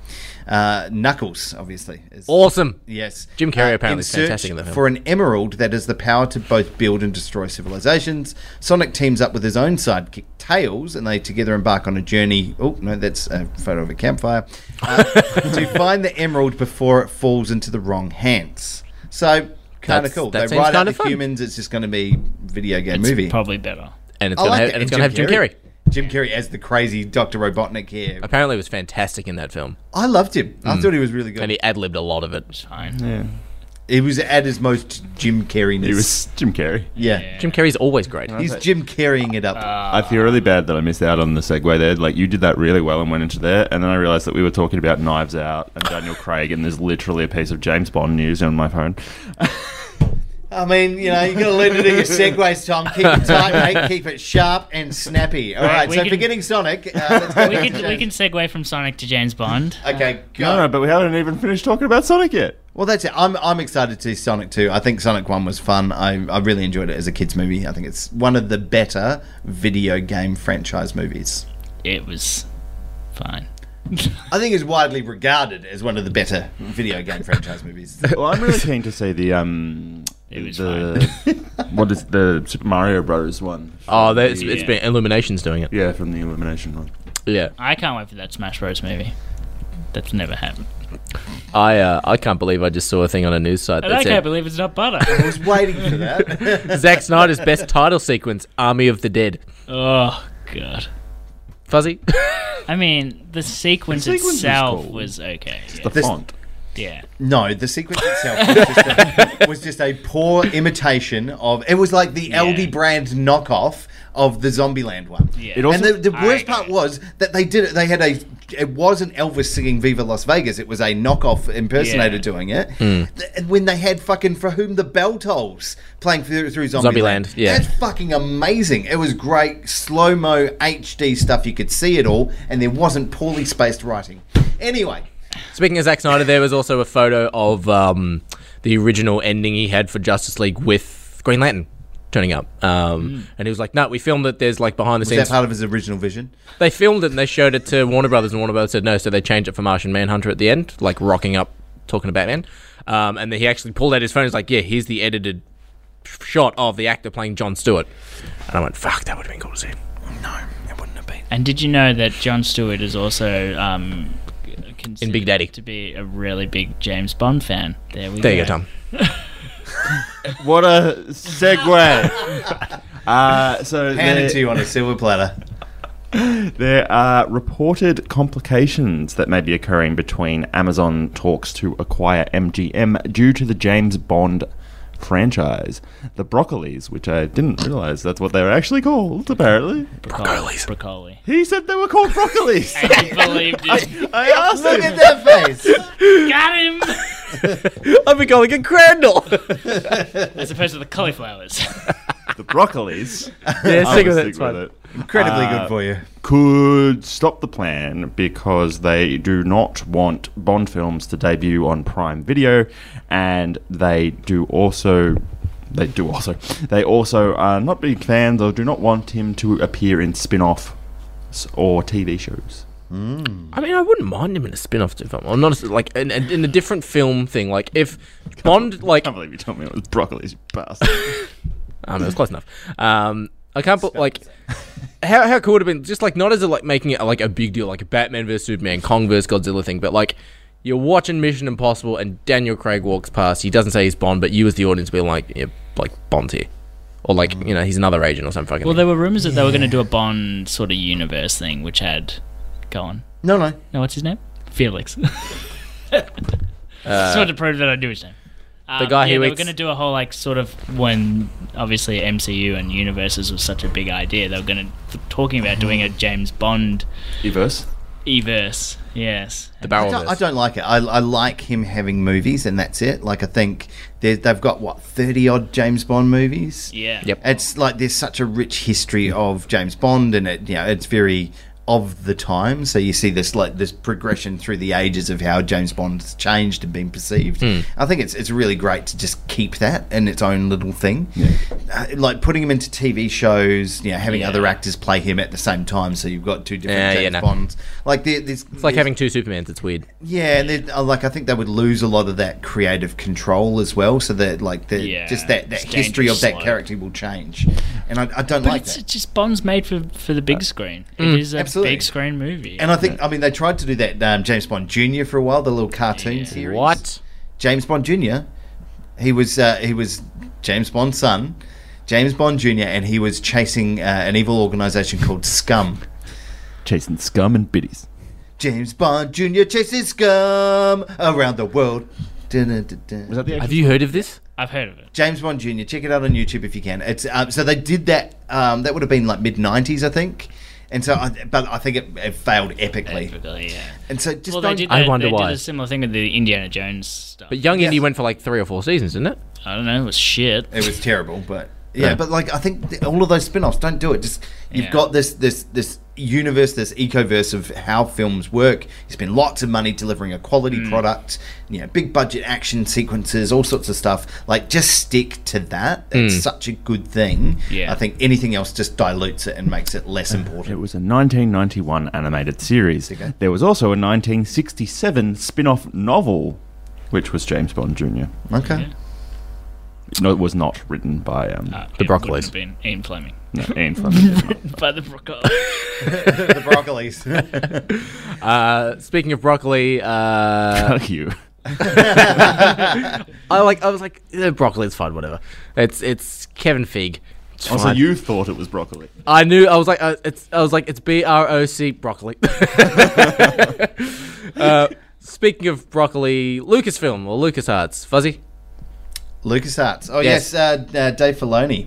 [SPEAKER 1] Uh, Knuckles, obviously. is-
[SPEAKER 3] awesome.
[SPEAKER 1] Yes. Uh,
[SPEAKER 3] Jim Carrey apparently is
[SPEAKER 1] search
[SPEAKER 3] fantastic in the film.
[SPEAKER 1] For an emerald that has the power to both build and destroy civilizations, Sonic teams up with his own sidekick, Tails, and they together embark on a journey. Oh, no, that's a photo of a campfire. Uh, to find the emerald before it falls into the wrong hands. So kind of
[SPEAKER 3] That's-
[SPEAKER 1] cool.
[SPEAKER 3] that
[SPEAKER 1] they
[SPEAKER 3] seems
[SPEAKER 1] write out
[SPEAKER 3] kinda
[SPEAKER 1] the
[SPEAKER 3] fun.
[SPEAKER 1] humans. It's just going to be video game movie.
[SPEAKER 4] Probably better.
[SPEAKER 3] and it's
[SPEAKER 1] I
[SPEAKER 3] gonna
[SPEAKER 1] like
[SPEAKER 3] have,
[SPEAKER 1] that.
[SPEAKER 3] and it's gonna have Jim Carrey.
[SPEAKER 1] Jim Carrey as the crazy Doctor Robotnik here.
[SPEAKER 3] Apparently, it was fantastic in that film,
[SPEAKER 1] I loved him. I thought he was really good.
[SPEAKER 3] and he ad libbed a lot of it.
[SPEAKER 4] Fine.
[SPEAKER 1] He was at his most Jim Carreyness.
[SPEAKER 5] It was Jim Carrey.
[SPEAKER 1] yeah.
[SPEAKER 3] Jim Carrey's always great.
[SPEAKER 1] He's Jim Carreying it up.
[SPEAKER 5] I feel really bad that I missed out on the segue there. Like you did that really well and went into there, and then I realized that we were talking about Knives Out and Daniel Craig, and there's literally a piece of James Bond news on my phone.
[SPEAKER 1] I mean, you know, you got to learn to do your segues, Tom. Keep it tight, mate. Keep it sharp and snappy. All right.
[SPEAKER 4] we
[SPEAKER 1] so
[SPEAKER 4] can-
[SPEAKER 1] forgetting Sonic, uh, let's go
[SPEAKER 4] We
[SPEAKER 1] back to
[SPEAKER 4] can, we can
[SPEAKER 1] James.
[SPEAKER 4] segue from Sonic to James Bond.
[SPEAKER 1] Okay,
[SPEAKER 5] No,
[SPEAKER 1] go.
[SPEAKER 5] no, but we haven't even finished talking about Sonic yet.
[SPEAKER 1] Well, that's it. I'm, I'm excited to see Sonic 2. I think Sonic 1 was fun. I, I really enjoyed it as a kids' movie. I think it's one of the better video game franchise movies.
[SPEAKER 4] It was fine.
[SPEAKER 1] I think it's widely regarded as one of the better video game franchise movies.
[SPEAKER 5] Well, I'm really keen to see the um,
[SPEAKER 4] It was
[SPEAKER 5] the what is the Super Mario Bros. one?
[SPEAKER 3] Oh, that's, it's
[SPEAKER 4] Yeah.
[SPEAKER 3] been Illumination's doing it.
[SPEAKER 5] Yeah, from the Illumination one.
[SPEAKER 3] Yeah,
[SPEAKER 4] I can't wait for that Smash Bros. movie. That's never happened.
[SPEAKER 3] I uh, I can't believe I just saw a thing on a news site
[SPEAKER 4] And I
[SPEAKER 3] that
[SPEAKER 4] can't
[SPEAKER 3] said
[SPEAKER 4] believe it's not butter.
[SPEAKER 1] I was waiting for that.
[SPEAKER 3] Zack Snyder's best title sequence: Army of the Dead.
[SPEAKER 4] oh, God.
[SPEAKER 3] Fuzzy.
[SPEAKER 4] I mean, the sequence,
[SPEAKER 5] The sequence was
[SPEAKER 4] itself
[SPEAKER 5] cool.
[SPEAKER 4] was, okay.
[SPEAKER 5] The
[SPEAKER 1] This-
[SPEAKER 5] font.
[SPEAKER 4] Yeah.
[SPEAKER 1] No, the sequence itself was just, a, was just a poor imitation of. It was like the LD brand knockoff of the Zombieland one.
[SPEAKER 4] Yeah.
[SPEAKER 5] It also-
[SPEAKER 1] and the, the
[SPEAKER 4] I-
[SPEAKER 1] worst part was that they did it. They had a. It wasn't Elvis singing "Viva Las Vegas." It was a knockoff impersonator
[SPEAKER 4] Yeah.
[SPEAKER 1] doing it. Th- When they had fucking "For Whom the Bell Tolls" playing through, through Zombieland,
[SPEAKER 3] Zombieland, yeah.
[SPEAKER 1] that's fucking amazing. It was great slow mo HD stuff. You could see it all, and there wasn't poorly spaced writing. Anyway,
[SPEAKER 3] Speaking of Zack Snyder, there was also a photo of um, the original ending he had for Justice League with Green Lantern turning up, um, and he was like, "No, we filmed it. There's like behind the
[SPEAKER 1] was that
[SPEAKER 3] scenes.
[SPEAKER 1] part of his original vision?
[SPEAKER 3] They filmed it and they showed it to Warner Brothers, and Warner Brothers said no, so they changed it for Martian Manhunter at the end, like rocking up, talking to Batman. Um, and then he actually pulled out his phone. He's like, "Yeah, here's the edited shot of the actor playing John Stewart." And I went, "Fuck, that would have been cool to see."
[SPEAKER 4] And did you know that John Stewart is also um, considered
[SPEAKER 3] Big Daddy.
[SPEAKER 4] to be a really big James Bond fan? There we
[SPEAKER 3] There
[SPEAKER 4] go.
[SPEAKER 3] you go, Tom.
[SPEAKER 5] What a segue! uh, so
[SPEAKER 1] Hand
[SPEAKER 5] there-
[SPEAKER 1] it to you on a silver platter.
[SPEAKER 5] There are reported complications that may be occurring between Amazon talks to acquire MGM due to the James Bond franchise. The Broccolis, which I didn't realize that's what they were actually called, apparently.
[SPEAKER 4] Broccoli. Broccoli.
[SPEAKER 5] He said they were called Broccolis.
[SPEAKER 4] I believed it.
[SPEAKER 5] I asked
[SPEAKER 1] Look
[SPEAKER 5] him.
[SPEAKER 1] at that face.
[SPEAKER 4] Got him!
[SPEAKER 3] I've been calling it Crandall.
[SPEAKER 4] As opposed to the cauliflowers.
[SPEAKER 5] The Broccolis.
[SPEAKER 3] yeah,
[SPEAKER 5] I
[SPEAKER 3] stick
[SPEAKER 5] will
[SPEAKER 3] with it.
[SPEAKER 5] stick
[SPEAKER 3] It's fine.
[SPEAKER 5] with it.
[SPEAKER 1] Incredibly
[SPEAKER 5] Uh,
[SPEAKER 1] good for you.
[SPEAKER 5] could stop the plan because they do not want Bond films to debut on Prime Video, and they do also. They do also. They also are not big fans or do not want him to appear in spin offs or TV shows.
[SPEAKER 3] I mean, I wouldn't mind him in a spin-off if I'm, I'm not like in, in in a different film thing. Like if Bond, like
[SPEAKER 5] I can't believe you told me it was broccoli, you bastard.
[SPEAKER 3] I mean, it was close enough. Um, I can't bel like how how cool would it have been just like not as a, like making it like a big deal like a Batman versus Superman, Kong versus Godzilla thing, but like you're watching Mission Impossible and Daniel Craig walks past. He doesn't say he's Bond, but you as the audience be like, yeah, like Bond's here, or like
[SPEAKER 1] Mm.
[SPEAKER 3] you know he's another agent or some fucking.
[SPEAKER 4] well,
[SPEAKER 3] thing.
[SPEAKER 4] there were rumors that they were going to do a Bond sort of universe thing, which had. Go on.
[SPEAKER 1] No, no.
[SPEAKER 4] No, what's his name? Felix. Just wanted to prove that I knew his name. Um,
[SPEAKER 3] guy who
[SPEAKER 4] yeah, they were
[SPEAKER 3] eats-
[SPEAKER 4] going to do a whole like sort of when obviously MCU and universes was such a big idea. They were going to talking about doing a James Bond
[SPEAKER 5] Everse.
[SPEAKER 4] everse. Yes,
[SPEAKER 3] the
[SPEAKER 1] I
[SPEAKER 3] barrel.
[SPEAKER 1] don't, I
[SPEAKER 3] verse.
[SPEAKER 1] don't like it. I, I like him having movies, and that's it. Like I think they- they've got what thirty odd James Bond movies.
[SPEAKER 4] yeah,
[SPEAKER 3] Yep. Mm.
[SPEAKER 1] It's like there's such a rich history of James Bond, and it you know it's very of the time. So you see this like this progression through the ages of how James Bond's changed and been perceived.
[SPEAKER 3] Hmm.
[SPEAKER 1] I think it's it's really great to just keep that in its own little thing, uh, like putting him into TV shows. You know, having
[SPEAKER 4] Yeah.
[SPEAKER 1] other actors play him at the same time, so you've got two different
[SPEAKER 3] Yeah, yeah,
[SPEAKER 1] James
[SPEAKER 3] no.
[SPEAKER 1] Bonds. Like there, there's
[SPEAKER 3] It's like having two Supermans. It's weird.
[SPEAKER 1] yeah, and then, uh, like I think they would lose a lot of that creative control as well. So that like the
[SPEAKER 4] Yeah,
[SPEAKER 1] just that, that
[SPEAKER 4] it's
[SPEAKER 1] history of that
[SPEAKER 4] dangerous, like-
[SPEAKER 1] character will change, and I, I don't
[SPEAKER 4] But
[SPEAKER 1] like
[SPEAKER 4] it's
[SPEAKER 1] that.
[SPEAKER 4] just Bond's made for for the
[SPEAKER 3] Uh,
[SPEAKER 4] big screen.
[SPEAKER 3] mm,
[SPEAKER 4] it is a
[SPEAKER 1] absolutely.
[SPEAKER 4] big screen movie.
[SPEAKER 1] And I think I mean they tried to do that um, James Bond Junior for a while, the little cartoon series.
[SPEAKER 3] What?
[SPEAKER 1] James Bond Junior. He was uh, he was James Bond's son, James Bond Jr., and he was chasing uh, an evil organization called Scum.
[SPEAKER 5] Chasing scum and biddies.
[SPEAKER 1] James Bond Jr. chases Scum around the world. Dun-dun-dun-dun.
[SPEAKER 5] Was that the
[SPEAKER 3] Have you heard of this?
[SPEAKER 4] I've heard of it.
[SPEAKER 1] James Bond Jr. Check it out on YouTube if you can. It's um, so they did that. Um, that would have been like mid '90s, I think. And so, I, but I think it, it failed epically.
[SPEAKER 4] Yeah.
[SPEAKER 1] And so, just
[SPEAKER 4] Well, they
[SPEAKER 1] don't,
[SPEAKER 4] did.
[SPEAKER 3] I
[SPEAKER 4] they-
[SPEAKER 3] wonder
[SPEAKER 4] they
[SPEAKER 3] why.
[SPEAKER 4] Did a similar thing with the Indiana Jones stuff.
[SPEAKER 3] But Young
[SPEAKER 1] Yes.
[SPEAKER 3] Indy went for like three or four seasons, didn't it?
[SPEAKER 4] I don't know. It was shit.
[SPEAKER 1] it was terrible. But yeah,
[SPEAKER 3] Yeah.
[SPEAKER 1] but like I think th- all of those spin-offs don't do it. Just you've
[SPEAKER 4] Yeah.
[SPEAKER 1] got this this this universe, this ecoverse of how films work. You spend lots of money delivering a quality
[SPEAKER 4] Mm.
[SPEAKER 1] product. You know, big budget action sequences, all sorts of stuff. Like just stick to that. It's such a good thing.
[SPEAKER 4] Yeah.
[SPEAKER 1] I think anything else just dilutes it and makes it less important.
[SPEAKER 5] It was a 1991 animated series. There was also a 1967 spin off novel, which was James Bond Jr.
[SPEAKER 1] Okay.
[SPEAKER 5] No, it was not written by um,
[SPEAKER 4] Uh,
[SPEAKER 3] The
[SPEAKER 4] it wouldn't
[SPEAKER 3] Broccolis.
[SPEAKER 4] have Been Ian Fleming.
[SPEAKER 5] no, Ian Fleming.
[SPEAKER 4] By the Broccolis.
[SPEAKER 1] the broccolis.
[SPEAKER 3] Uh, speaking of broccoli, uh,
[SPEAKER 5] Fuck you.
[SPEAKER 3] I like. I was like, eh, broccoli is fine, whatever. It's it's Kevin Feig. It's
[SPEAKER 5] Also,
[SPEAKER 3] fine.
[SPEAKER 5] you thought it was broccoli.
[SPEAKER 3] I knew. I was like, uh, it's. I was like, it's B R O C broccoli. uh, speaking of broccoli, Lucasfilm or LucasArts, Fuzzy.
[SPEAKER 1] LucasArts. Oh,
[SPEAKER 3] Yes.
[SPEAKER 1] yes, uh, uh, Dave Filoni.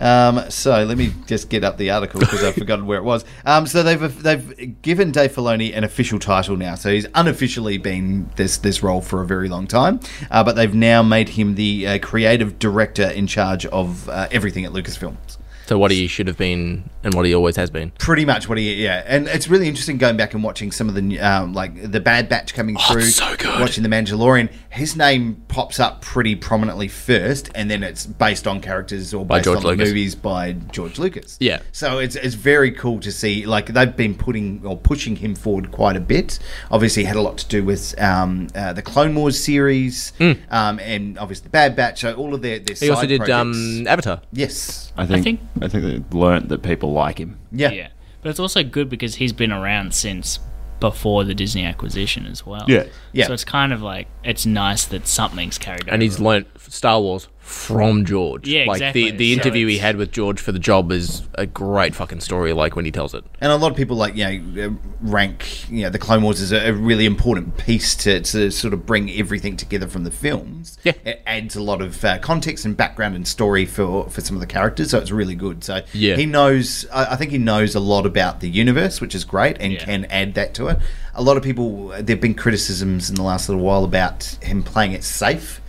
[SPEAKER 1] Um, so let me just get up the article because I've forgotten where it was. Um, so they've they've given Dave Filoni an official title now. So he's unofficially been this this role for a very long time, uh, but they've now made him the uh, creative director in charge of uh, everything at Lucasfilms.
[SPEAKER 3] So what he should have been and what he always has been.
[SPEAKER 1] Pretty much what he yeah, and it's really interesting going back and watching some of the new- um, like the Bad Batch coming through.
[SPEAKER 3] Oh, so good.
[SPEAKER 1] Watching the Mandalorian, his name pops up pretty prominently first, and then it's based on characters or
[SPEAKER 3] By
[SPEAKER 1] based
[SPEAKER 3] George
[SPEAKER 1] on
[SPEAKER 3] Lucas.
[SPEAKER 1] movies by George Lucas.
[SPEAKER 3] Yeah.
[SPEAKER 1] So it's it's very cool to see like they've been putting or pushing him forward quite a bit. Obviously, had a lot to do with um, uh, the Clone Wars series, um, and obviously the Bad Batch. So all of their their
[SPEAKER 3] Hmm. He also did um, Avatar.
[SPEAKER 1] yes.
[SPEAKER 5] I think, I think
[SPEAKER 4] think-
[SPEAKER 5] they learnt that people like him.
[SPEAKER 1] Yeah.
[SPEAKER 4] yeah. But it's also good because he's been around since before the Disney acquisition as well.
[SPEAKER 5] Yeah.
[SPEAKER 1] Yeah.
[SPEAKER 4] So it's kind of like it's nice that something's carried over.
[SPEAKER 3] And he's learnt Star Wars from George.
[SPEAKER 4] Yeah,
[SPEAKER 3] like
[SPEAKER 4] exactly.
[SPEAKER 3] the the
[SPEAKER 4] So
[SPEAKER 3] interview he
[SPEAKER 4] it's-
[SPEAKER 3] had with George for the job is a great fucking story. Like when he tells it.
[SPEAKER 1] And a lot of people like you know uh, rank you know the Clone Wars is a, a really important piece to, to sort of bring everything together from the films.
[SPEAKER 3] Yeah.
[SPEAKER 1] it adds a lot of uh, context and background and story for for some of the characters, so it's really good. So
[SPEAKER 3] Yeah.
[SPEAKER 1] he knows. I, I think he knows a lot about the universe, which is great, and
[SPEAKER 4] Yeah.
[SPEAKER 1] can add that to it. A lot of people there've been criticisms in the last little while about him playing it safe.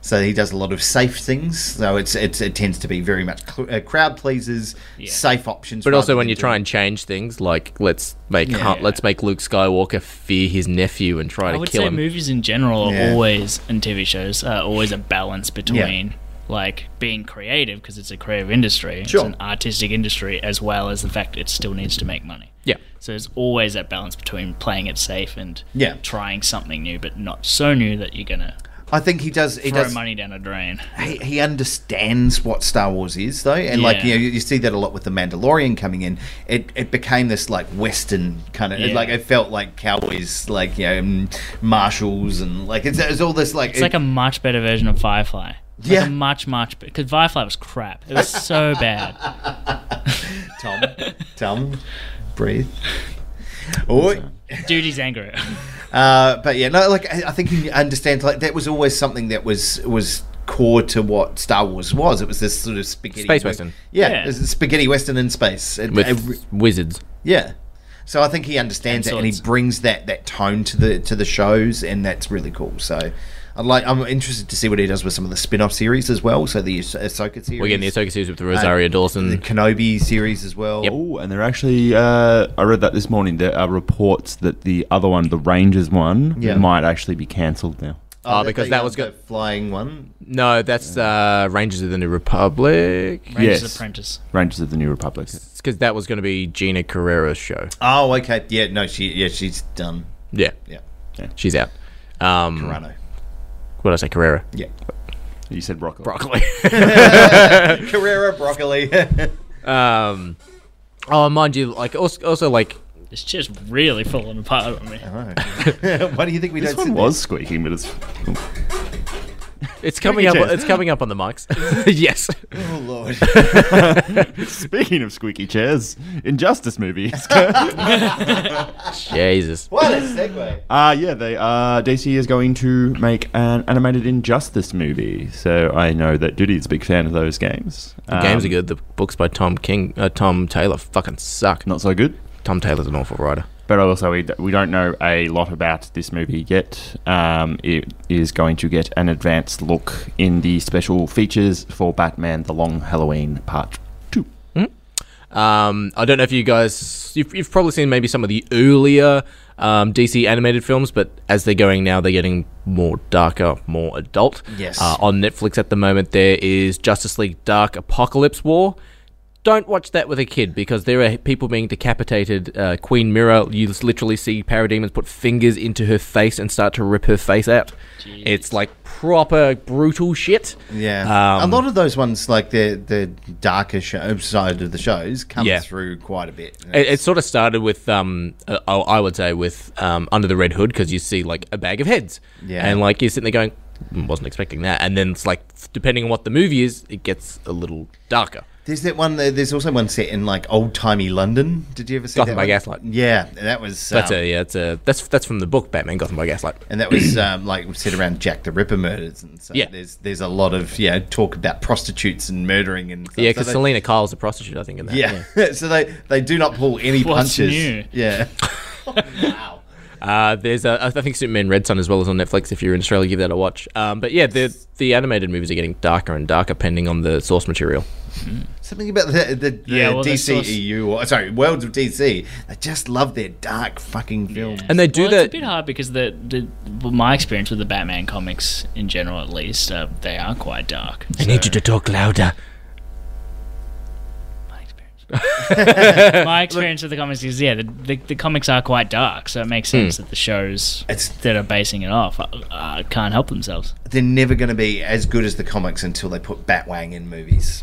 [SPEAKER 1] So he does a lot of safe things. So it's, it's it tends to be very much cl- uh, crowd pleasers, safe options.
[SPEAKER 3] But also
[SPEAKER 1] rather
[SPEAKER 3] when
[SPEAKER 1] than
[SPEAKER 3] you
[SPEAKER 1] doing-
[SPEAKER 3] try and change things, like let's make Han-
[SPEAKER 4] yeah.
[SPEAKER 3] let's make Luke Skywalker fear his nephew and try
[SPEAKER 4] I
[SPEAKER 3] to
[SPEAKER 4] would
[SPEAKER 3] kill
[SPEAKER 4] say
[SPEAKER 3] him.
[SPEAKER 4] movies in general are
[SPEAKER 1] Yeah.
[SPEAKER 4] always and TV shows are always a balance between like being creative because it's a creative industry,
[SPEAKER 1] Sure.
[SPEAKER 4] it's an artistic industry, as well as the fact it still needs to make money.
[SPEAKER 3] Yeah.
[SPEAKER 4] So there's always that balance between playing it safe and
[SPEAKER 1] Yeah.
[SPEAKER 4] trying something new, but not so new that you're gonna
[SPEAKER 1] I think he does. He
[SPEAKER 4] throw
[SPEAKER 1] does.
[SPEAKER 4] money down a drain.
[SPEAKER 1] he, he understands what Star Wars is, though, and like you
[SPEAKER 4] Yeah.
[SPEAKER 1] know, you, you see that a lot with the Mandalorian coming in. It it became this like Western kind of
[SPEAKER 4] Yeah.
[SPEAKER 1] like it felt like cowboys, like you know, and marshals, and like it's, it's all this like
[SPEAKER 4] It's like a much better version of Firefly. Like
[SPEAKER 1] Yeah.
[SPEAKER 4] a much much because Firefly was crap. It was so bad.
[SPEAKER 1] Tom, Tom, breathe. Oh,
[SPEAKER 4] Duty's angry.
[SPEAKER 1] Uh, but yeah, no, like I, I think he understands. Like that was always something that was was core to what Star Wars was. It was this sort of spaghetti
[SPEAKER 3] Space western.
[SPEAKER 1] Yeah,
[SPEAKER 4] Yeah.
[SPEAKER 1] it's a spaghetti western in space. It-
[SPEAKER 3] with
[SPEAKER 1] every-
[SPEAKER 3] wizards.
[SPEAKER 1] Yeah. So I think he understands
[SPEAKER 4] And
[SPEAKER 1] it and he
[SPEAKER 4] swords.
[SPEAKER 1] brings that that tone to the to the shows and that's really cool. So I'd like I'm interested to see what he does with some of the spin-off series as well. So the ah- Ahsoka series.
[SPEAKER 3] We're getting the Ahsoka series with Rosario
[SPEAKER 1] the
[SPEAKER 3] Dawson.
[SPEAKER 1] Kenobi series as well.
[SPEAKER 5] Oh, and they're actually, uh, I read that this morning. There are reports that the other one, the Rangers one,
[SPEAKER 1] Yeah.
[SPEAKER 5] might actually be cancelled now.
[SPEAKER 3] Ah,
[SPEAKER 1] the-
[SPEAKER 3] because
[SPEAKER 1] the,
[SPEAKER 3] that
[SPEAKER 1] um,
[SPEAKER 3] was good.
[SPEAKER 1] the flying one.
[SPEAKER 3] No, that's uh, Rangers of the New Republic.
[SPEAKER 4] Rangers
[SPEAKER 5] Yes.
[SPEAKER 4] Apprentice.
[SPEAKER 5] Rangers of the New Republic.
[SPEAKER 3] It's because that was going to be Gina Carrera's show.
[SPEAKER 1] Oh, okay. Yeah, no, she yeah, she's done.
[SPEAKER 3] Yeah,
[SPEAKER 1] Yeah.
[SPEAKER 3] she's out. Um,
[SPEAKER 1] Rano.
[SPEAKER 3] what did I say? Carrera.
[SPEAKER 1] Yeah.
[SPEAKER 5] You said broccoli.
[SPEAKER 3] Broccoli.
[SPEAKER 1] Carrera broccoli.
[SPEAKER 3] um, oh, mind you, like also, also like
[SPEAKER 4] It's just really falling apart on me.
[SPEAKER 1] Why do you think we
[SPEAKER 5] This
[SPEAKER 1] don't
[SPEAKER 5] one
[SPEAKER 1] sit there?
[SPEAKER 5] was squeaking, but it's
[SPEAKER 3] It's coming up.
[SPEAKER 5] Squeaky chairs.
[SPEAKER 3] It's coming up on the mics. yes.
[SPEAKER 1] Oh lord.
[SPEAKER 5] Speaking of squeaky chairs, Injustice movies.
[SPEAKER 3] Jesus.
[SPEAKER 1] What a segue.
[SPEAKER 5] Uh, yeah, they uh, DC is going to make an animated Injustice movie. So I know that Duty is a big fan of those games. Um,
[SPEAKER 3] The games are good. The books by Tom King, uh, Tom Taylor, fucking suck.
[SPEAKER 5] Not so good.
[SPEAKER 3] Tom Taylor's an awful writer.
[SPEAKER 5] But also, we, d- we don't know a lot about this movie yet. Um, it is going to get an advanced look in the special features for Batman The Long Halloween Part 2.
[SPEAKER 3] Um, I don't know if you guys you've, you've probably seen maybe some of the earlier um, DC animated films, but as they're going now, they're getting more darker, more adult.
[SPEAKER 1] Yes.
[SPEAKER 3] Uh, on Netflix at the moment, there is Justice League Dark Apocalypse War. Don't watch that with a kid because there are people being decapitated. Uh, Queen Mirror, you s- literally see parademons put fingers into her face and start to rip her face out. It's like proper brutal shit.
[SPEAKER 1] Yeah,
[SPEAKER 3] Um,
[SPEAKER 1] a lot of those ones, like the the darker show side of the shows, comes
[SPEAKER 3] Yeah.
[SPEAKER 1] through quite a bit. And
[SPEAKER 3] It, it sort of started with, um, uh, I I would say, with um, under the red hood because you see like a bag of heads,
[SPEAKER 1] Yeah.
[SPEAKER 3] and like you're sitting there going, "Mm, wasn't expecting that, and then it's like depending on what the movie is, it gets a little darker.
[SPEAKER 1] There's that one. there- There's also one set in like old timey London. Did you ever see
[SPEAKER 3] Gotham
[SPEAKER 1] that
[SPEAKER 3] by
[SPEAKER 1] one?
[SPEAKER 3] Gaslight.
[SPEAKER 1] Yeah, that was.
[SPEAKER 3] That's
[SPEAKER 1] um,
[SPEAKER 3] a yeah, that's a that's that's from the book Batman Gotham by Gaslight.
[SPEAKER 1] And that was um, like set around Jack the Ripper murders, and so
[SPEAKER 3] Yeah.
[SPEAKER 1] there's there's a lot of yeah talk about prostitutes and murdering and stuff. So
[SPEAKER 3] Yeah, because
[SPEAKER 1] they-
[SPEAKER 3] Selena Kyle's a prostitute, I think. In that,
[SPEAKER 1] yeah, so they they do not pull any
[SPEAKER 4] What's
[SPEAKER 1] punches.
[SPEAKER 4] new?
[SPEAKER 1] Yeah, wow.
[SPEAKER 3] Uh, there's a, I think Superman Red Sun as well as on Netflix. If you're in Australia, give that a watch. Um, but yeah, the the animated movies are getting darker and darker, depending on the source material.
[SPEAKER 1] Something about the, the, the
[SPEAKER 4] Yeah, well, this was-
[SPEAKER 1] DCEU, or sorry, Worlds of DC. They just love their dark fucking films.
[SPEAKER 3] And they do
[SPEAKER 4] well,
[SPEAKER 3] that.
[SPEAKER 4] It's a bit hard because the, the well, my experience with the Batman comics in general, at least, uh, they are quite dark.
[SPEAKER 3] I need you to talk louder.
[SPEAKER 4] My experience. my experience with the comics is yeah, the, the, the comics are quite dark, so it makes
[SPEAKER 3] Hmm.
[SPEAKER 4] sense that the shows
[SPEAKER 1] It's-
[SPEAKER 4] that are basing it off uh, uh, can't help themselves.
[SPEAKER 1] They're never going to be as good as the comics until they put Batwang in movies.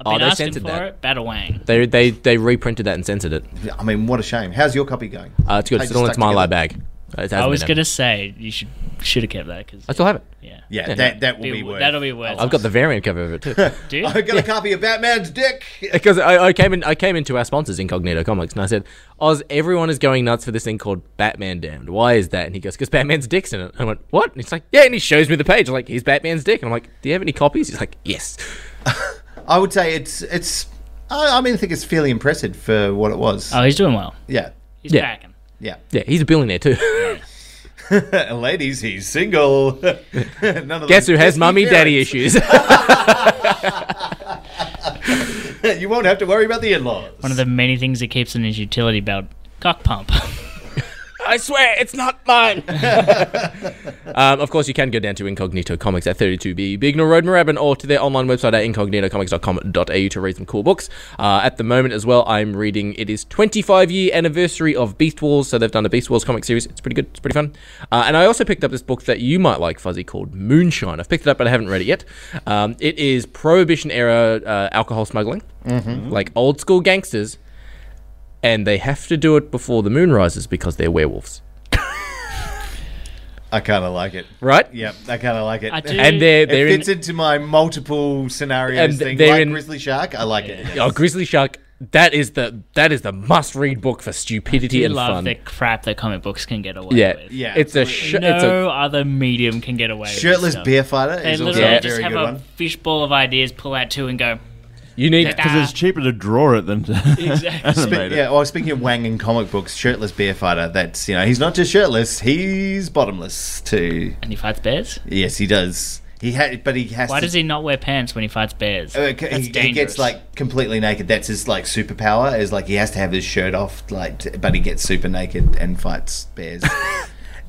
[SPEAKER 4] I've
[SPEAKER 3] Oh,
[SPEAKER 4] been
[SPEAKER 3] they
[SPEAKER 4] asking
[SPEAKER 3] censored
[SPEAKER 4] for
[SPEAKER 3] that.
[SPEAKER 4] it. Battle Wang.
[SPEAKER 3] They they they reprinted that and censored it.
[SPEAKER 1] I mean, what a shame. How's your copy going?
[SPEAKER 3] Uh, it's good.
[SPEAKER 1] They just
[SPEAKER 3] It's still in its
[SPEAKER 1] stuck
[SPEAKER 3] my lie
[SPEAKER 1] together.
[SPEAKER 3] bag. It hasn't
[SPEAKER 4] I was
[SPEAKER 3] been
[SPEAKER 4] gonna
[SPEAKER 3] opened.
[SPEAKER 4] say you should should have kept that because
[SPEAKER 3] I still have it.
[SPEAKER 4] yeah,
[SPEAKER 1] Yeah,
[SPEAKER 3] Yeah.
[SPEAKER 1] that that will be,
[SPEAKER 4] Be-
[SPEAKER 1] worth.
[SPEAKER 4] that'll be worth.
[SPEAKER 3] I've got the variant cover of it too.
[SPEAKER 4] dude.
[SPEAKER 1] I got a copy of Batman's dick.
[SPEAKER 3] Because I, I came in, I came into our sponsors, Incognito Comics, and I said, "Oz, everyone is going nuts for this thing called Batman Damned. Why is that?" And he goes, "Because Batman's dick's in it." And I went, "What?" And he's like, "Yeah." And he shows me the page. I'm like, "Here's Batman's dick." And I'm like, "Do you have any copies?" He's like, "Yes."
[SPEAKER 1] I would say it's it's. I, I mean, I think it's fairly impressive for what it was.
[SPEAKER 4] Oh, he's doing well.
[SPEAKER 1] yeah,
[SPEAKER 4] He's
[SPEAKER 3] Yeah.
[SPEAKER 4] packing.
[SPEAKER 1] yeah.
[SPEAKER 3] Yeah, he's a billionaire too.
[SPEAKER 1] Ladies, he's single. None of
[SPEAKER 3] Guess who
[SPEAKER 1] those
[SPEAKER 3] has
[SPEAKER 1] pesky
[SPEAKER 3] mummy daddy
[SPEAKER 1] parents.
[SPEAKER 3] issues?
[SPEAKER 1] you won't have to worry about the in-laws.
[SPEAKER 4] One of the many things he keeps in his utility belt: cock pump.
[SPEAKER 3] I swear it's not mine. um, of course, you can go down to Incognito Comics at 32B Bignor Road, Moorabbin, or to their online website at incognitocomics.com.au to read some cool books. Uh, at the moment, as well, I'm reading it is 25 year anniversary of Beast Wars, so they've done a Beast Wars comic series. It's pretty good. It's pretty fun. Uh, and I also picked up this book that you might like, Fuzzy, called Moonshine. I've picked it up, but I haven't read it yet. Um, it is Prohibition era uh, alcohol smuggling, like old school gangsters. And they have to do it before the moon rises because they're werewolves.
[SPEAKER 1] I kind of like it.
[SPEAKER 3] right?
[SPEAKER 1] Yep, I kind of like it.
[SPEAKER 4] I do.
[SPEAKER 3] And they're they're
[SPEAKER 1] it fits
[SPEAKER 3] in,
[SPEAKER 1] into my multiple scenarios
[SPEAKER 3] And
[SPEAKER 1] thing.
[SPEAKER 3] they're
[SPEAKER 1] Like
[SPEAKER 3] in-
[SPEAKER 1] Grizzly Shark, I like it.
[SPEAKER 3] oh Grizzly Shark. That is the that is the must read book for stupidity
[SPEAKER 4] You
[SPEAKER 3] and
[SPEAKER 4] love
[SPEAKER 3] fun.
[SPEAKER 4] the crap that comic books can get away
[SPEAKER 3] yeah,
[SPEAKER 4] with.
[SPEAKER 1] Yeah,
[SPEAKER 3] It's a sh-
[SPEAKER 4] No
[SPEAKER 3] it's a
[SPEAKER 4] other medium can get away. with
[SPEAKER 1] Shirtless
[SPEAKER 4] stuff.
[SPEAKER 1] Beer Fighter
[SPEAKER 4] They
[SPEAKER 1] is also
[SPEAKER 4] literally
[SPEAKER 3] Yeah.
[SPEAKER 1] a
[SPEAKER 4] just
[SPEAKER 1] very
[SPEAKER 4] have
[SPEAKER 1] good
[SPEAKER 4] a
[SPEAKER 1] one.
[SPEAKER 4] fishbowl of ideas, pull out two, and go.
[SPEAKER 3] you need.
[SPEAKER 4] Yeah.
[SPEAKER 5] Because it's cheaper to draw it than to
[SPEAKER 4] Exactly.
[SPEAKER 5] animate it.
[SPEAKER 1] yeah, well, speaking of Wang in comic books, Shirtless Beer Fighter, that's, you know, he's not just shirtless, he's bottomless too.
[SPEAKER 4] And he fights bears.
[SPEAKER 1] Yes, he does. He ha- But he has
[SPEAKER 4] Why
[SPEAKER 1] to.
[SPEAKER 4] does he not wear pants when he fights bears?
[SPEAKER 1] uh, c-
[SPEAKER 4] That's
[SPEAKER 1] he, he
[SPEAKER 4] dangerous.
[SPEAKER 1] gets like completely naked. That's his like superpower. Is like he has to have his shirt off, like, t- but he gets super naked and fights bears.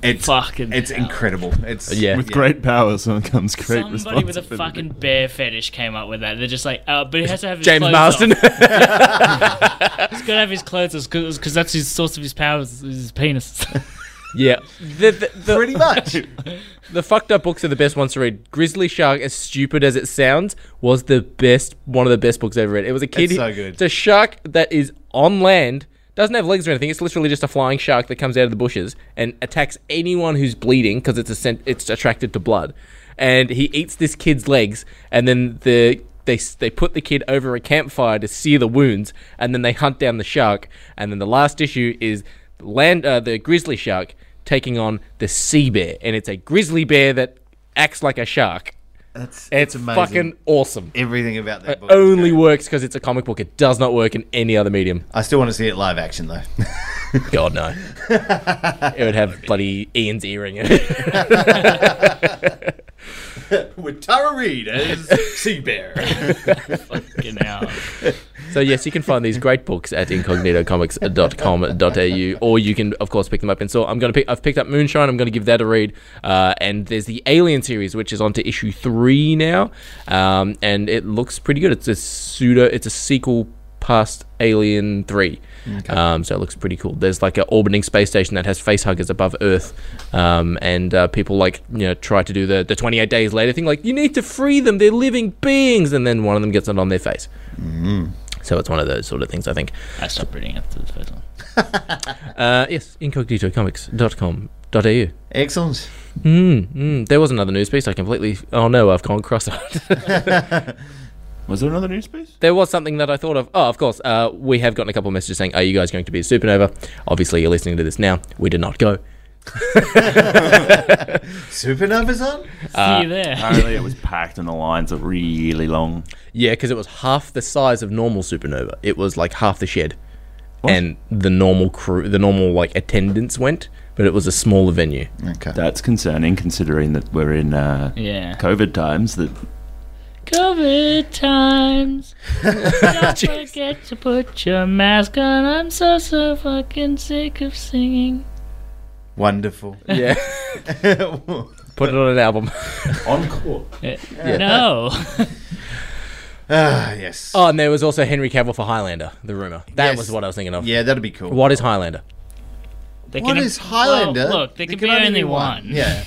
[SPEAKER 1] it's
[SPEAKER 4] Fucking
[SPEAKER 1] it's
[SPEAKER 4] hell.
[SPEAKER 1] incredible. It's
[SPEAKER 3] Yeah.
[SPEAKER 5] With great power comes great
[SPEAKER 4] Somebody with a
[SPEAKER 5] responsibility.
[SPEAKER 4] fucking bear fetish came up with that. They're just like, oh, but he has to have his
[SPEAKER 3] James
[SPEAKER 4] clothes
[SPEAKER 3] Marsden.
[SPEAKER 4] off. He's got to have his clothes because that's his source of his powers, is his penis.
[SPEAKER 3] yeah, the the, the,
[SPEAKER 1] pretty much.
[SPEAKER 3] the fucked up books are the best ones to read. Grizzly Shark, as stupid as it sounds, was the best one of the best books I ever read. It was a kid.
[SPEAKER 1] It's so good.
[SPEAKER 3] It's a shark that is on land Doesn't have legs or anything. It's literally just a flying shark that comes out of the bushes and attacks anyone who's bleeding because it's a sen- it's attracted to blood. And he eats this kid's legs, and then the they s- they put the kid over a campfire to sear the wounds, and then they hunt down the shark. And then the last issue is land uh, the grizzly shark taking on the sea bear, and it's a grizzly bear that acts like a shark.
[SPEAKER 1] That's
[SPEAKER 3] It's fucking awesome.
[SPEAKER 1] everything about that book. is
[SPEAKER 3] Uh, Only
[SPEAKER 1] great.
[SPEAKER 3] works because it's a comic book. It does not work in any other medium.
[SPEAKER 1] I still want to see it live action though.
[SPEAKER 3] God no. it would have bloody Ian's earring in it.
[SPEAKER 1] With Tara Reid as Sea Bear.
[SPEAKER 4] Fucking hell.
[SPEAKER 3] So yes, you can find these great books at incognitocomics.com.au, or you can, of course, pick them up in store. I'm gonna pick. I've picked up Moonshine. I'm gonna give that a read. Uh, and there's the Alien series, which is on to issue three now, um, and it looks pretty good. It's a pseudo. It's a sequel past Alien Three. Um, so it looks pretty cool. There's like an orbiting space station that has facehuggers above Earth, um, and uh, people like you know try to do the, the 28 days later thing. Like you need to free them. They're living beings, and then one of them gets it on their face. So it's one of those sort of things, I think.
[SPEAKER 4] I stopped reading after the first one.
[SPEAKER 3] Uh, yes, incognitocomics.com.au.
[SPEAKER 1] Excellent.
[SPEAKER 3] Mm, mm. There was another news piece I completely. Oh no, I've gone cross eyed.
[SPEAKER 5] Was there another news piece?
[SPEAKER 3] there was something that I thought of. Oh, of course. Uh, we have gotten a couple of messages saying, Are you guys going to be a supernova? Obviously, you're listening to this now. We did not go.
[SPEAKER 1] Supernova's on?
[SPEAKER 3] Uh,
[SPEAKER 4] See you there.
[SPEAKER 5] Apparently, it was packed and the lines are really long.
[SPEAKER 3] Yeah, because it was half the size of normal supernova. It was like half the shed, and the normal crew, the normal like attendance went, but it was a smaller venue.
[SPEAKER 1] Okay.
[SPEAKER 5] That's concerning, considering that we're in uh,
[SPEAKER 4] Yeah.
[SPEAKER 5] COVID times. That
[SPEAKER 4] COVID times. Don't forget to put your mask on. I'm so, so fucking sick of singing.
[SPEAKER 1] Wonderful. Oh,
[SPEAKER 3] Yeah, put it on an album.
[SPEAKER 5] encore.
[SPEAKER 4] Uh, No.
[SPEAKER 1] Ah, yes.
[SPEAKER 3] Oh, and there was also Henry Cavill for Highlander, the rumor. That
[SPEAKER 1] Yes.
[SPEAKER 3] was what I was thinking of.
[SPEAKER 1] Yeah, that'd be cool.
[SPEAKER 3] What is Highlander?
[SPEAKER 4] They
[SPEAKER 1] What is Highlander?
[SPEAKER 4] Well, look, there can, be only one.
[SPEAKER 1] Yeah,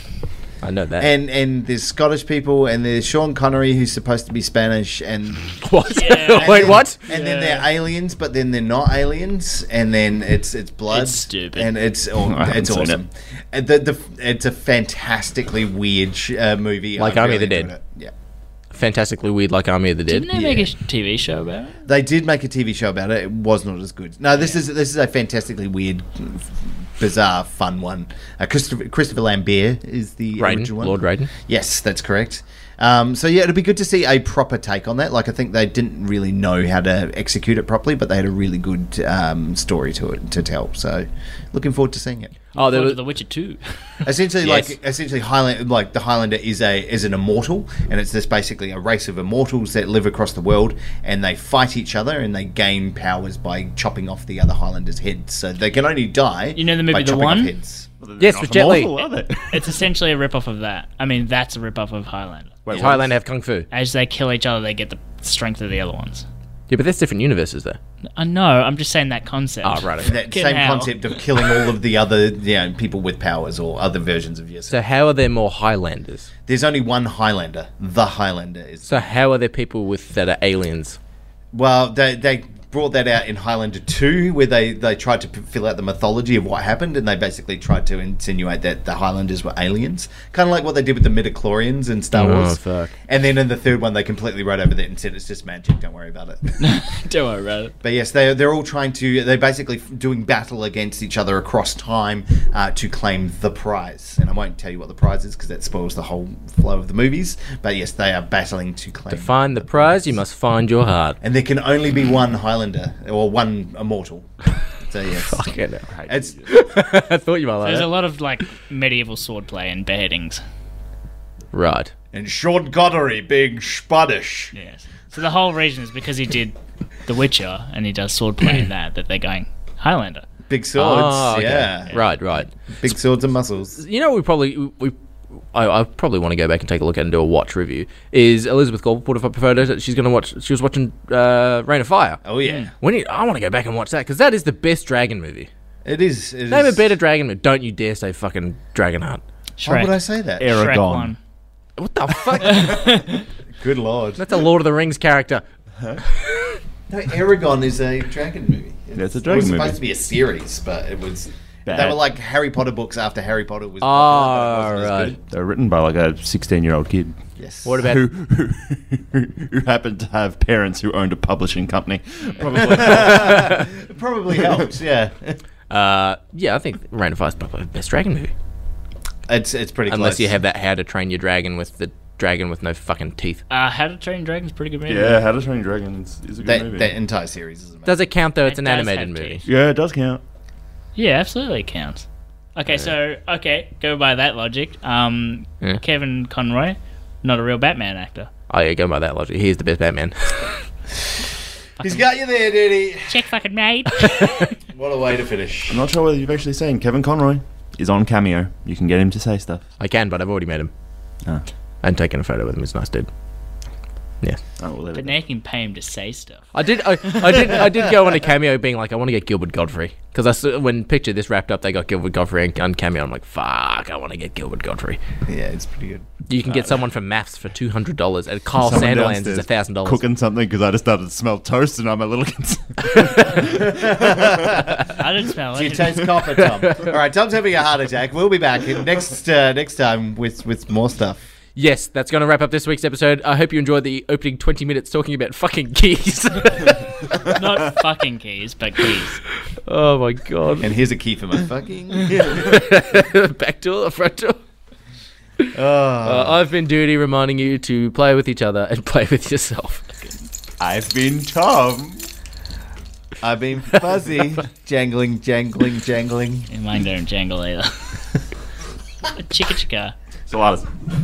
[SPEAKER 3] I know that.
[SPEAKER 1] and and there's Scottish people, and there's Sean Connery who's supposed to be Spanish, and
[SPEAKER 3] what?
[SPEAKER 4] Yeah.
[SPEAKER 3] Wait, what?
[SPEAKER 1] and then they're aliens, but then they're not aliens, and then it's it's blood.
[SPEAKER 4] It's stupid.
[SPEAKER 1] and it's oh,
[SPEAKER 5] I haven't
[SPEAKER 1] it's
[SPEAKER 5] seen
[SPEAKER 1] awesome. And The, the, it's a fantastically weird sh- uh, movie.
[SPEAKER 3] Like
[SPEAKER 1] I
[SPEAKER 3] Army of the
[SPEAKER 1] enjoyed
[SPEAKER 3] Dead.
[SPEAKER 1] it. Yeah.
[SPEAKER 3] Fantastically weird, like Army of the Dead.
[SPEAKER 4] Didn't they make a sh- TV show about it?
[SPEAKER 1] They did make a TV show about it. It was not as good. No, this is this is a fantastically weird, bizarre, fun one. Uh, Christopher, Christopher Lambert is the
[SPEAKER 3] Raiden,
[SPEAKER 1] original one.
[SPEAKER 3] Lord Raiden.
[SPEAKER 1] Yes, that's correct. Um, so yeah, it'd be good to see a proper take on that. Like I think they didn't really know how to execute it properly, but they had a really good um, story to it to tell. So looking forward to seeing it.
[SPEAKER 3] Oh, there
[SPEAKER 4] Or
[SPEAKER 3] was,
[SPEAKER 4] The Witcher 2.
[SPEAKER 1] Essentially,
[SPEAKER 3] Yes.
[SPEAKER 1] like essentially, Highland, like the Highlander is a is an immortal, and it's this basically a race of immortals that live across the world, and they fight each other, and they gain powers by chopping off the other Highlanders' heads. So they can only die.
[SPEAKER 4] You know the
[SPEAKER 1] by
[SPEAKER 4] movie The
[SPEAKER 1] chopping off
[SPEAKER 4] One?
[SPEAKER 1] Heads.
[SPEAKER 3] yes, with Jet Li.
[SPEAKER 5] Awful, are they?
[SPEAKER 4] It's essentially a rip-off of that. I mean, that's a rip-off of Highlander.
[SPEAKER 3] Does Highlander have kung fu.
[SPEAKER 4] As they kill each other, they get the strength of the other ones.
[SPEAKER 3] Yeah, but that's different universes, though.
[SPEAKER 4] I know, I'm just saying that concept.
[SPEAKER 1] Ah,
[SPEAKER 3] Oh, right. Okay.
[SPEAKER 1] That
[SPEAKER 4] Fucking
[SPEAKER 1] same
[SPEAKER 4] hell.
[SPEAKER 1] concept of killing all of the other you know, people with powers or other versions of yourself.
[SPEAKER 3] So how are there more Highlanders?
[SPEAKER 1] There's only one Highlander. The Highlander is
[SPEAKER 3] So how are there people with that are aliens?
[SPEAKER 1] well, they they brought that out in Highlander Two, where they they tried to p- fill out the mythology of what happened, and they basically tried to insinuate that the Highlanders were aliens, kind of like what they did with the midichlorians in Star
[SPEAKER 3] Oh,
[SPEAKER 1] Wars.
[SPEAKER 3] fuck.
[SPEAKER 1] And then in the third one, they completely wrote over that and said it's just magic. Don't worry about it.
[SPEAKER 4] Don't worry about it.
[SPEAKER 1] But yes, they they're all trying to they're basically f- doing battle against each other across time uh, to claim the prize. And I won't tell you what the prize is because that spoils the whole flow of the movies. But yes, they are battling to claim.
[SPEAKER 3] Find the prize, you must find your heart.
[SPEAKER 1] and there can only
[SPEAKER 3] Mm.
[SPEAKER 1] be one Highlander or one immortal. So yes, it's
[SPEAKER 3] I thought you might like
[SPEAKER 4] There's a
[SPEAKER 3] that.
[SPEAKER 4] lot of, like, medieval swordplay and beheadings.
[SPEAKER 3] Right.
[SPEAKER 1] and Sean Connery being Spanish.
[SPEAKER 4] Yes. So the whole reason is because he did The Witcher, and he does swordplay in that, that they're going, Highlander.
[SPEAKER 1] Big swords,
[SPEAKER 3] Ah, okay.
[SPEAKER 1] yeah.
[SPEAKER 3] Right, right.
[SPEAKER 1] Big swords and muscles.
[SPEAKER 3] you know, we probably we. I, I probably want to go back and take a look at and do a watch review. Is Elizabeth Gold put up a photo that she's going to watch? She was watching uh, Rain of Fire.
[SPEAKER 1] Oh yeah,
[SPEAKER 3] When you, I want to go back and watch that because that is the best dragon movie.
[SPEAKER 1] it is. It
[SPEAKER 3] Name a
[SPEAKER 1] is-
[SPEAKER 3] better dragon movie. Don't you dare say fucking Dragonheart.
[SPEAKER 1] Why
[SPEAKER 4] Shrek.
[SPEAKER 1] would I say that?
[SPEAKER 5] Era-
[SPEAKER 4] Shrek
[SPEAKER 5] Aragon.
[SPEAKER 4] one.
[SPEAKER 3] What the fuck?
[SPEAKER 1] Good lord.
[SPEAKER 3] That's a Lord of the Rings character.
[SPEAKER 1] No, Aragon is a dragon movie.
[SPEAKER 5] That's
[SPEAKER 1] It
[SPEAKER 5] a
[SPEAKER 1] was
[SPEAKER 5] dragon
[SPEAKER 1] supposed
[SPEAKER 5] movie.
[SPEAKER 1] to be a series, but it was. They
[SPEAKER 5] Bad.
[SPEAKER 1] were like Harry Potter books after Harry Potter was.
[SPEAKER 3] Ah,
[SPEAKER 1] popular, but it wasn't as
[SPEAKER 3] right.
[SPEAKER 1] good.
[SPEAKER 5] They're written by like a 16 year old kid
[SPEAKER 1] Yes.
[SPEAKER 3] What about
[SPEAKER 5] who, who, who happened to have parents who owned a publishing company. Probably.
[SPEAKER 1] It probably helps. Yeah.
[SPEAKER 3] Uh, yeah, I think Reign of Fire is probably the best dragon movie.
[SPEAKER 1] It's it's pretty.
[SPEAKER 3] Unless
[SPEAKER 1] close.
[SPEAKER 3] you have that How to Train Your Dragon with the dragon with no fucking teeth.
[SPEAKER 4] Uh, How to Train Dragon's a pretty good movie.
[SPEAKER 5] yeah, How to Train Your Dragon is, is a good
[SPEAKER 1] that,
[SPEAKER 5] movie.
[SPEAKER 1] that entire series. Isn't it?
[SPEAKER 3] Does it count though? It's
[SPEAKER 4] It
[SPEAKER 3] an
[SPEAKER 4] does
[SPEAKER 3] animated
[SPEAKER 4] have
[SPEAKER 3] movie.
[SPEAKER 4] teeth.
[SPEAKER 5] yeah, it does count.
[SPEAKER 4] Yeah, absolutely counts. Okay, so okay, go by that logic. Um,
[SPEAKER 3] Yeah.
[SPEAKER 4] Kevin Conroy, not a real Batman actor.
[SPEAKER 3] Oh yeah, go by that logic. He's the best Batman.
[SPEAKER 1] He's got you there, Diddy.
[SPEAKER 4] Check fucking mate.
[SPEAKER 1] What a way to finish.
[SPEAKER 5] I'm not sure whether you've actually seen Kevin Conroy is on Cameo. You can get him to say stuff.
[SPEAKER 3] I can, but I've already met him
[SPEAKER 5] Oh,
[SPEAKER 3] and taken a photo with him. He's a nice dude. Yeah,
[SPEAKER 5] oh well, there we
[SPEAKER 4] but
[SPEAKER 5] go.
[SPEAKER 4] now you can pay him to say stuff.
[SPEAKER 3] I did. I, I did. I did go on a cameo, being like, I want to get Gilbert Godfrey because I saw, when picture this wrapped up, they got Gilbert Godfrey and, and cameo. I'm like, fuck, I want to get Gilbert Godfrey.
[SPEAKER 1] Yeah, it's pretty good.
[SPEAKER 3] You can get someone from Maths for two hundred dollars, and Carl
[SPEAKER 5] Uh, Someone
[SPEAKER 3] Sanderlands is
[SPEAKER 5] downstairs
[SPEAKER 3] a thousand dollars.
[SPEAKER 5] Cooking something because I just started to smell toast and I'm a little concerned.
[SPEAKER 4] I didn't smell
[SPEAKER 1] Do you
[SPEAKER 4] it.
[SPEAKER 1] taste copper, Tom? All right, Tom's having a heart attack. We'll be back in next uh, next time with with more stuff.
[SPEAKER 3] Yes, that's going to wrap up this week's episode. I hope you enjoyed the opening twenty minutes talking about fucking keys.
[SPEAKER 4] not fucking keys, but keys.
[SPEAKER 3] oh my god!
[SPEAKER 1] And here's a key for my fucking.
[SPEAKER 3] Back door, or front door.
[SPEAKER 1] Oh.
[SPEAKER 3] Uh, I've been duty reminding you to play with each other and play with yourself.
[SPEAKER 5] I've been Tom.
[SPEAKER 1] I've been fuzzy, jangling, jangling, jangling.
[SPEAKER 4] And mine don't jangle either. Chicka chicka.
[SPEAKER 5] Saladas.